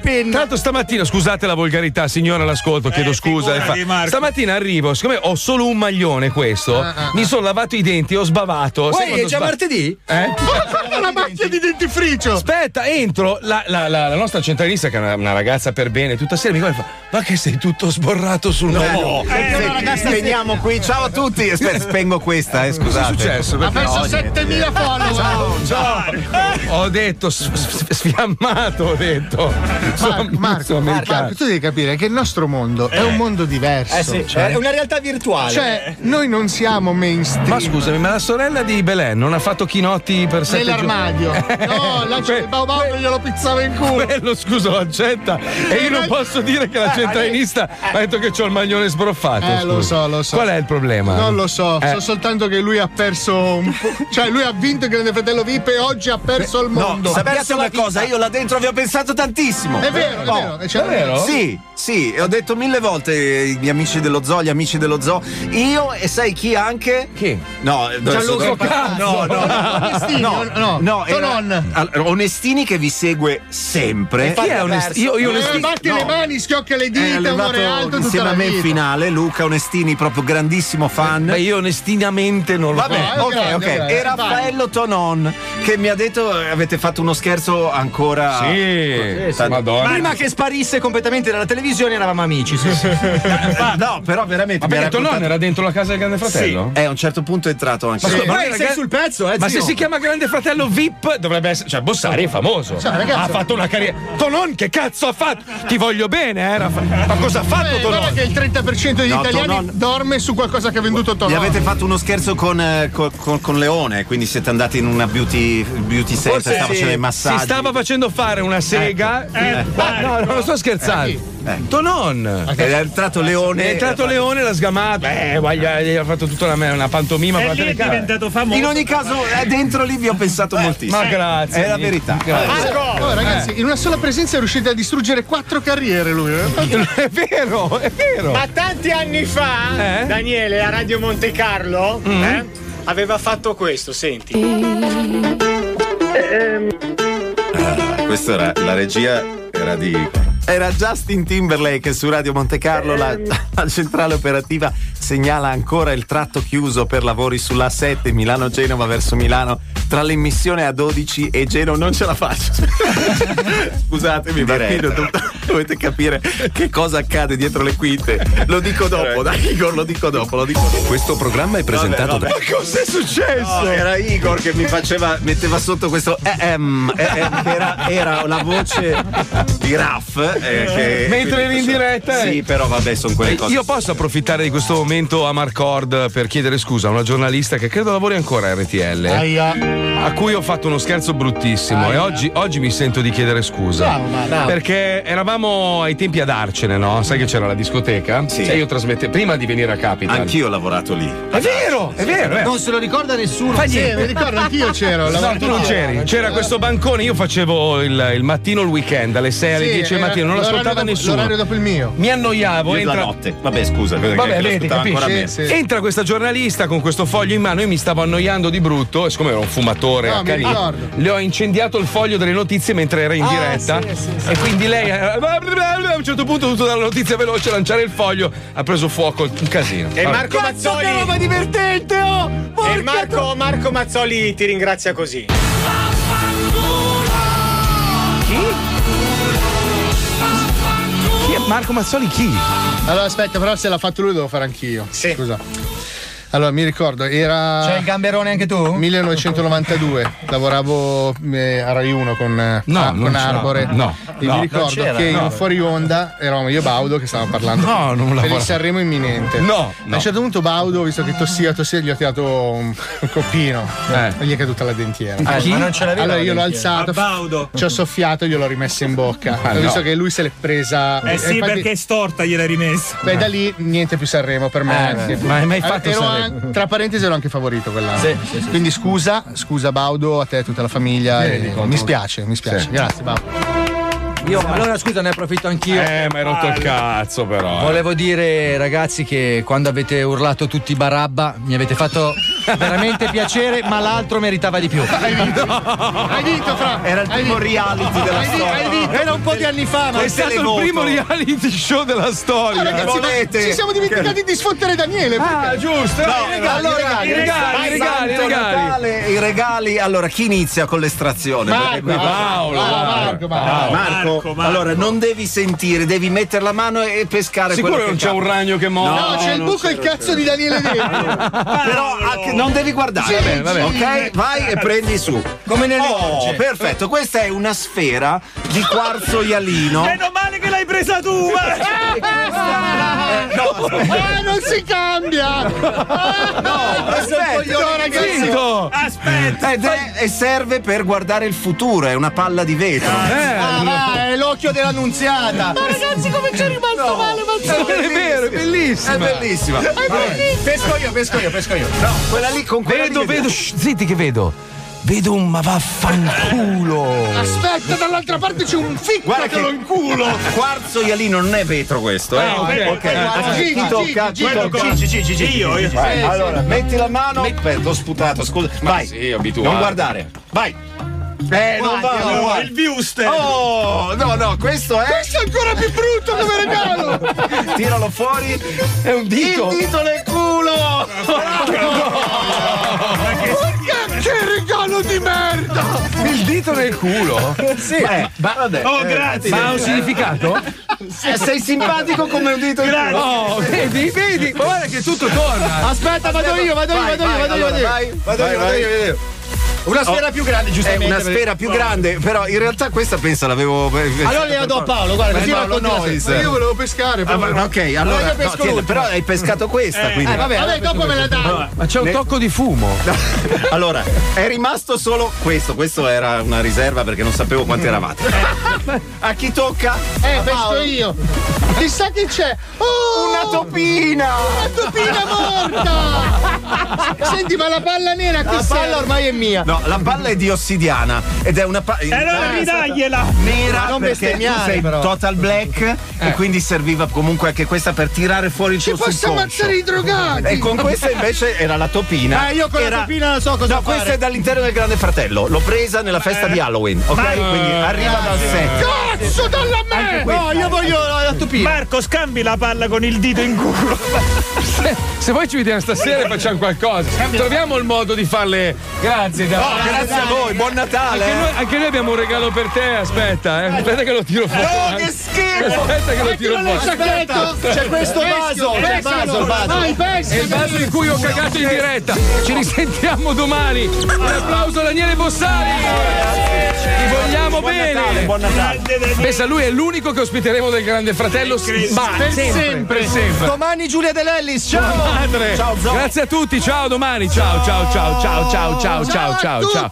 penna. Tanto stamattina, scusate la volgarità, signora, l'ascolto, chiedo scusa.
figurati,
infa-
Marco.
stamattina arrivo, siccome ho solo un maglione questo, mi sono lavato i denti, ho sbavato. Sai
Uè, è
quando
già
sba-
martedì?
Eh?
Ma guarda la macchia di dentifricio!
Aspetta, entro la, la- la- la nostra centralista, che è una, una ragazza per bene, tutta sera mi guarda e fa: Ma che sei tutto sborrato sul Cioè, maglione?
Eh, spegniamo qui. Ciao a tutti. Aspetta, spengo questa, eh, scusate.
Cosa è
Ah,
successo?
Ha
Perché-
perso
No,
7000 follower!
oh,
Ciao, ciao.
Ho detto s- s- sfiammato, ho detto.
Marco, Marco, Marco, Marco, tu devi capire che il nostro mondo è un mondo diverso.
Eh sì,
cioè.
è una
realtà virtuale.
Cioè, noi non siamo mainstream.
Ma scusami, ma la sorella di Belen non ha fatto chinotti per sette giorni? Eh,
Nell'armadio. No, la
Cioè,
il baobab glielo pizzava in culo.
Quello,
Eh,
scusa, lo accetta. E io non posso dire che la centralinista ha detto che ho il maglione sbroffato.
Eh, Eh, lo so, lo so.
Qual è il problema?
Non lo so,
Eh,
so soltanto che lui ha perso un po'. Cioè, lui ha vinto il Grande Fratello VIP e oggi ha perso il mondo.
No, sappiate una cosa, io là dentro vi ho pensato tantissimo. Oh.
È vero, è certo.
No.
vero, c'è- Davvero?
Sì, sì, e ho detto mille volte eh, gli amici dello zoo, gli amici dello zoo. Io e sai chi anche? Chi? No, eh, adesso-
Gianluca
No, no,
Cazzo.
no.
Onestini,
no,
no,
no, era-
Tonon.
Allora, Onestini che vi segue sempre.
Infatti ha perso. Eh,
Onestini-
batti
no.
le mani, schiocca le
È
dita, amore
arrivato
alto, tutta
insieme
la
a me in
vita.
finale, Luca Onestini, proprio grandissimo fan. Ma
io onestinamente non
lo Vabbè,
so. No,
ok,
è grande,
ok.
è grande.
E Raffaello Tonon che mi ha detto eh, avete fatto uno scherzo ancora.
Sì, sì, Madonna.
Prima che sparisse completamente dalla televisione eravamo amici. Sì, sì.
No, però veramente.
Ma perché Tonon era dentro la casa del Grande Fratello?
Sì, eh, a un certo punto è entrato anche.
Ma scusa,
Sì.
ma ragazzi-
eh,
Ma se si chiama Grande Fratello VIP dovrebbe essere. Cioè, Bossari è famoso.
Cioè,
ha
ragazzi-
fatto una carriera. Tonon, che cazzo ha fatto? Ti voglio bene, eh, Raffa- Ma cosa ha fatto
Eh, guarda
Tonon?
che il 30% degli
No,
italiani
Tonon-
dorme su qualcosa che ha venduto
Gli
Tonon.
avete fatto uno scherzo con, eh, con- con- con Leone, quindi siete andati in una beauty, beauty center,
Forse
stava
sì.
facendo i massaggi.
Si stava facendo fare una sega.
Eh,
Eh, ma- no, no, non sto scherzando. Tonon.
Ed è entrato Leone.
È entrato Leone, l'ha sgamato. Eh, guaglia, gli ha fatto tutta una, una pantomima.
Eh,
con la telecamera.
In ogni caso, eh, dentro lì vi ho pensato moltissimo.
ma grazie,
È la
Nick,
verità. Eh,
grazie.
Eh, Oh,
Eh.
ragazzi, in una sola presenza è riuscito a distruggere quattro carriere lui. eh. È
vero, è vero.
Ma tanti anni fa,
Eh?
Daniele, a Radio Monte Carlo, eh, aveva fatto questo, senti.
Questa Ah, era la regia era di. Era Justin Timberlake su Radio Monte Carlo, la, la centrale operativa segnala ancora il tratto chiuso per lavori sulla 7 Milano-Genova verso Milano tra l'emissione a 12 e Genova non ce la faccio. Scusatemi, ma qui non- dovete capire che cosa accade dietro le quinte. Lo dico dopo, dai Igor, lo dico dopo, lo dico dopo.
Questo programma è presentato da.
Ma cos'è successo? era Igor che mi faceva, metteva sotto questo ehm, ehm, che era, era la voce di Raff. eh, che-
Mentre eri in diretta, eh.
Sì, però vabbè, sono quelle cose.
Io posso approfittare di questo momento a Marcord per chiedere scusa a una giornalista che credo lavori ancora a RTL. A cui ho fatto uno scherzo bruttissimo e oggi, oggi mi sento di chiedere scusa.
Bravo, Marco. Bravo.
Perché eravamo ai tempi a darcene, no? Sai che c'era la discoteca? Sì. io trasmettevo prima di venire a Capital.
Anch'io ho lavorato lì.
È vero, è vero.
Non se lo ricorda nessuno.
Fa
Sì,
niente.
mi ricordo, anch'io c'ero,
No,
lavoravo
tu non
là.
c'eri. C'era questo bancone, io facevo il, il mattino, il weekend, alle 6, alle 10 del mattino, non ascoltava nessuno.
L'orario dopo il mio.
Mi annoiavo.
Io
entra-
la notte. Vabbè, scusa, perché
Vabbè,
lo
vedi,
ascoltava ancora me.
capisci? Entra questa giornalista con questo foglio in mano. Io mi stavo annoiando di brutto, e siccome ero un fumatore,
No, mi
accanito,
ricordo.
le ho incendiato il foglio delle notizie mentre era in
Ah,
diretta.
sì, sì, sì.
E quindi lei, eh, a un certo punto, tutto dalla notizia veloce, lanciare il foglio, ha preso fuoco. Un casino.
E
Vabbè.
Marco Mazzoli.
divertente,
oh!
E Marco, Marco Mazzoli ti ringrazia così.
Chi è Marco Mazzoli chi?
Ah,
Allora aspetta, però se l'ha fatto lui devo fare anch'io. Scusa. Allora, mi ricordo, era. C'è il
gamberone anche tu?
1992. Lavoravo eh, a Rai 1 con, eh,
No,
ah,
non
con
c'era.
Arbore.
No,
E
no,
mi
non
ricordo
c'era,
che
no.
in fuori onda eravamo io e Baudo che stavamo parlando.
No, non
Per
lavora-
il Sanremo imminente.
No, no.
A un certo punto Baudo, visto che tossiva, tossiva, gli ho tirato un, un coppino.
Eh.
E gli è caduta la dentiera.
Ah, chi? Ma non ce l'aveva
Allora
la
io l'ho
dentiera.
alzato. Ci ho soffiato e gliel'ho rimessa in bocca.
Ah,
ho visto
no.
che lui se l'è presa.
Eh sì,
infatti-
perché è storta gliel'hai rimessa.
Beh, da lì niente più Sanremo per me.
Eh, ma hai mai fatto
Ero
Sanremo?
an- tra parentesi ero anche favorito quell'anno.
Sì, sì, sì,
Quindi scusa, scusa Baudo, a te e a tutta la famiglia.
Vedi,
e-
conto-
mi spiace, mi spiace.
Sì.
Grazie Baudo.
Io, allora scusa, ne approfitto anch'io.
Eh, ma hai rotto il cazzo, però. eh.
Volevo dire, ragazzi, che quando avete urlato tutti Barabba mi avete fatto veramente piacere, ma l'altro meritava di più.
Hai vinto, hai vinto Fra.
Era il
Hai
primo
vinto.
reality della
Hai vi-
storia.
hai vinto.
Era un po' di anni fa, ma-
È stato il primo reality show della storia.
Ah, ragazzi, ma
Volete?
ci siamo dimenticati di sfottere Daniele.
Ah, giusto.
No, allora, i regali, i regali, i regali. I regali, allora chi inizia con l'estrazione?
Marco,
Perché qui-
Paolo, Marco, Marco, Marco.
Marco,
Marco, Marco.
allora non devi sentire, devi mettere la mano e pescare
Sicuro
quello
non
che
c'è un
capita.
ragno che
No,
muore.
c'è il
non
buco e il
c'era,
cazzo di Daniele dentro.
Però anche- non devi guardare,
Sì,
Va bene, va bene.
sì.
ok? Vai e prendi su. Come
nelle
Oh,
orge.
perfetto, questa è una sfera di quarzo ialino.
Eh
Meno male che l'hai presa tu!
Ah, non si cambia! No,
aspetta, no, ragazzi.
Aspetta!
Ed è- e serve per guardare il futuro, è una palla di vetro.
Ah, va, è l'occhio dell'annunziata.
Ma ragazzi, come ci è rimasto male, Mazzoni?
è vero, è bellissimo. bellissima.
È bellissima.
È bellissima.
Pesco io, pesco io, pesco io. No,
quella lì con quella
Vedo,
lì che-
vedo, shh, zitti che vedo. Vedo un ma vaffanculo.
Aspetta, dall'altra parte c'è un ficco
Guarda che
lo inculo.
Quarzo Ialino non è vetro questo, eh.
Ah, ok, ok.
Ah,
Gigi,
Chi tocca?
Gigi,
Chi
Gigi,
tocca?
Gigi, Gigi, Gigi.
Io, io.
Sì,
Vai,
sì.
allora, metti la mano. Aspetta, ho sputato, scusa. Vai.
sì, abituato.
Non guardare. Vai. Eh, non
Guardi,
vado,
no,
guarda.
il viewster.
Oh, no, no, questo è.
Questo è ancora più brutto come regalo.
Tiralo fuori. È un dito.
Il dito nel culo! Perché che regalo di merda!
Il dito nel culo?
Sì. ma- vabbè. Eh,
Ma ha un significato?
Eh, sei simpatico come un dito in culo.
Oh, vedi, vedi? Ma guarda che tutto torna.
Aspetta, vado io, vado io,
Vai,
vado io,
vai,
vado io,
allora,
vado io.
vai, vado io, vado io, vado io.
Una sfera più grande,
Eh,
giustamente.
una sfera più grande, però in realtà questa pensa l'avevo. eh,
Allora gliela do a Paolo, guarda, così
Paolo
racconti la sera.
Nois.
Ma io
volevo pescare.
Ah, ma- ok,
Allora
allora.
io pesco
no, tieni,
l'ultima.
però hai pescato questa,
Eh,
quindi.
eh, vabbè, Vabbè, dopo me la dai.
Allora,
Ma c'è un
ne-
tocco di fumo.
Allora, è rimasto solo questo. Questo era una riserva perché non sapevo quanti eravate. A chi tocca?
Eh, penso io. Chissà che c'è. Oh, una
topina!
Una topina morta! Senti, ma la palla nera che
La palla ormai
è mia.
No, la palla è di ossidiana ed è una palla.
E allora ridagliela.
Nera,
Ma non
perché
bestemmiare,
tu sei
però.
total black e quindi serviva comunque anche questa per tirare fuori il tuo
posso
subconscio.
ammazzare i drogati!
E con questa invece era la topina.
Eh, io con la
Era-
topina so cosa
No,
fare.
questa è dall'interno del Grande Fratello. L'ho presa nella festa di Halloween, ok?
Ma-
Quindi arriva dal set.
Cazzo, dalla me!
No, io voglio
la tupina.
Marco, scambi la palla con il dito in culo.
Se, se voi ci vediamo stasera e facciamo qualcosa, troviamo il modo di farle. Grazie, Davide.
No, grazie a voi, buon Natale,
Anche
eh.
noi, anche noi abbiamo un regalo per te, aspetta, eh. Aspetta che lo tiro fuori.
No, che schifo!
Aspetta che lo tiro
Mettilo nel
fuori.
sacchetto.
Aspetta.
C'è questo vaso, c'è il vaso, il vaso.
Vai, pescalo. È il vaso in cui ho cagato in diretta. Ci risentiamo domani. Un applauso a Daniele Bossari. Ti vogliamo bene.
buon Natale.
Pensa, lui è l'unico che ospiteremo del Grande Fratello. Ma
Per
sempre, sempre.
Domani Giulia De Lellis, ciao!
Madre.
Ciao, Zoe.
Grazie a tutti, ciao a domani, ciao ciao ciao ciao ciao ciao ciao ciao. ciao.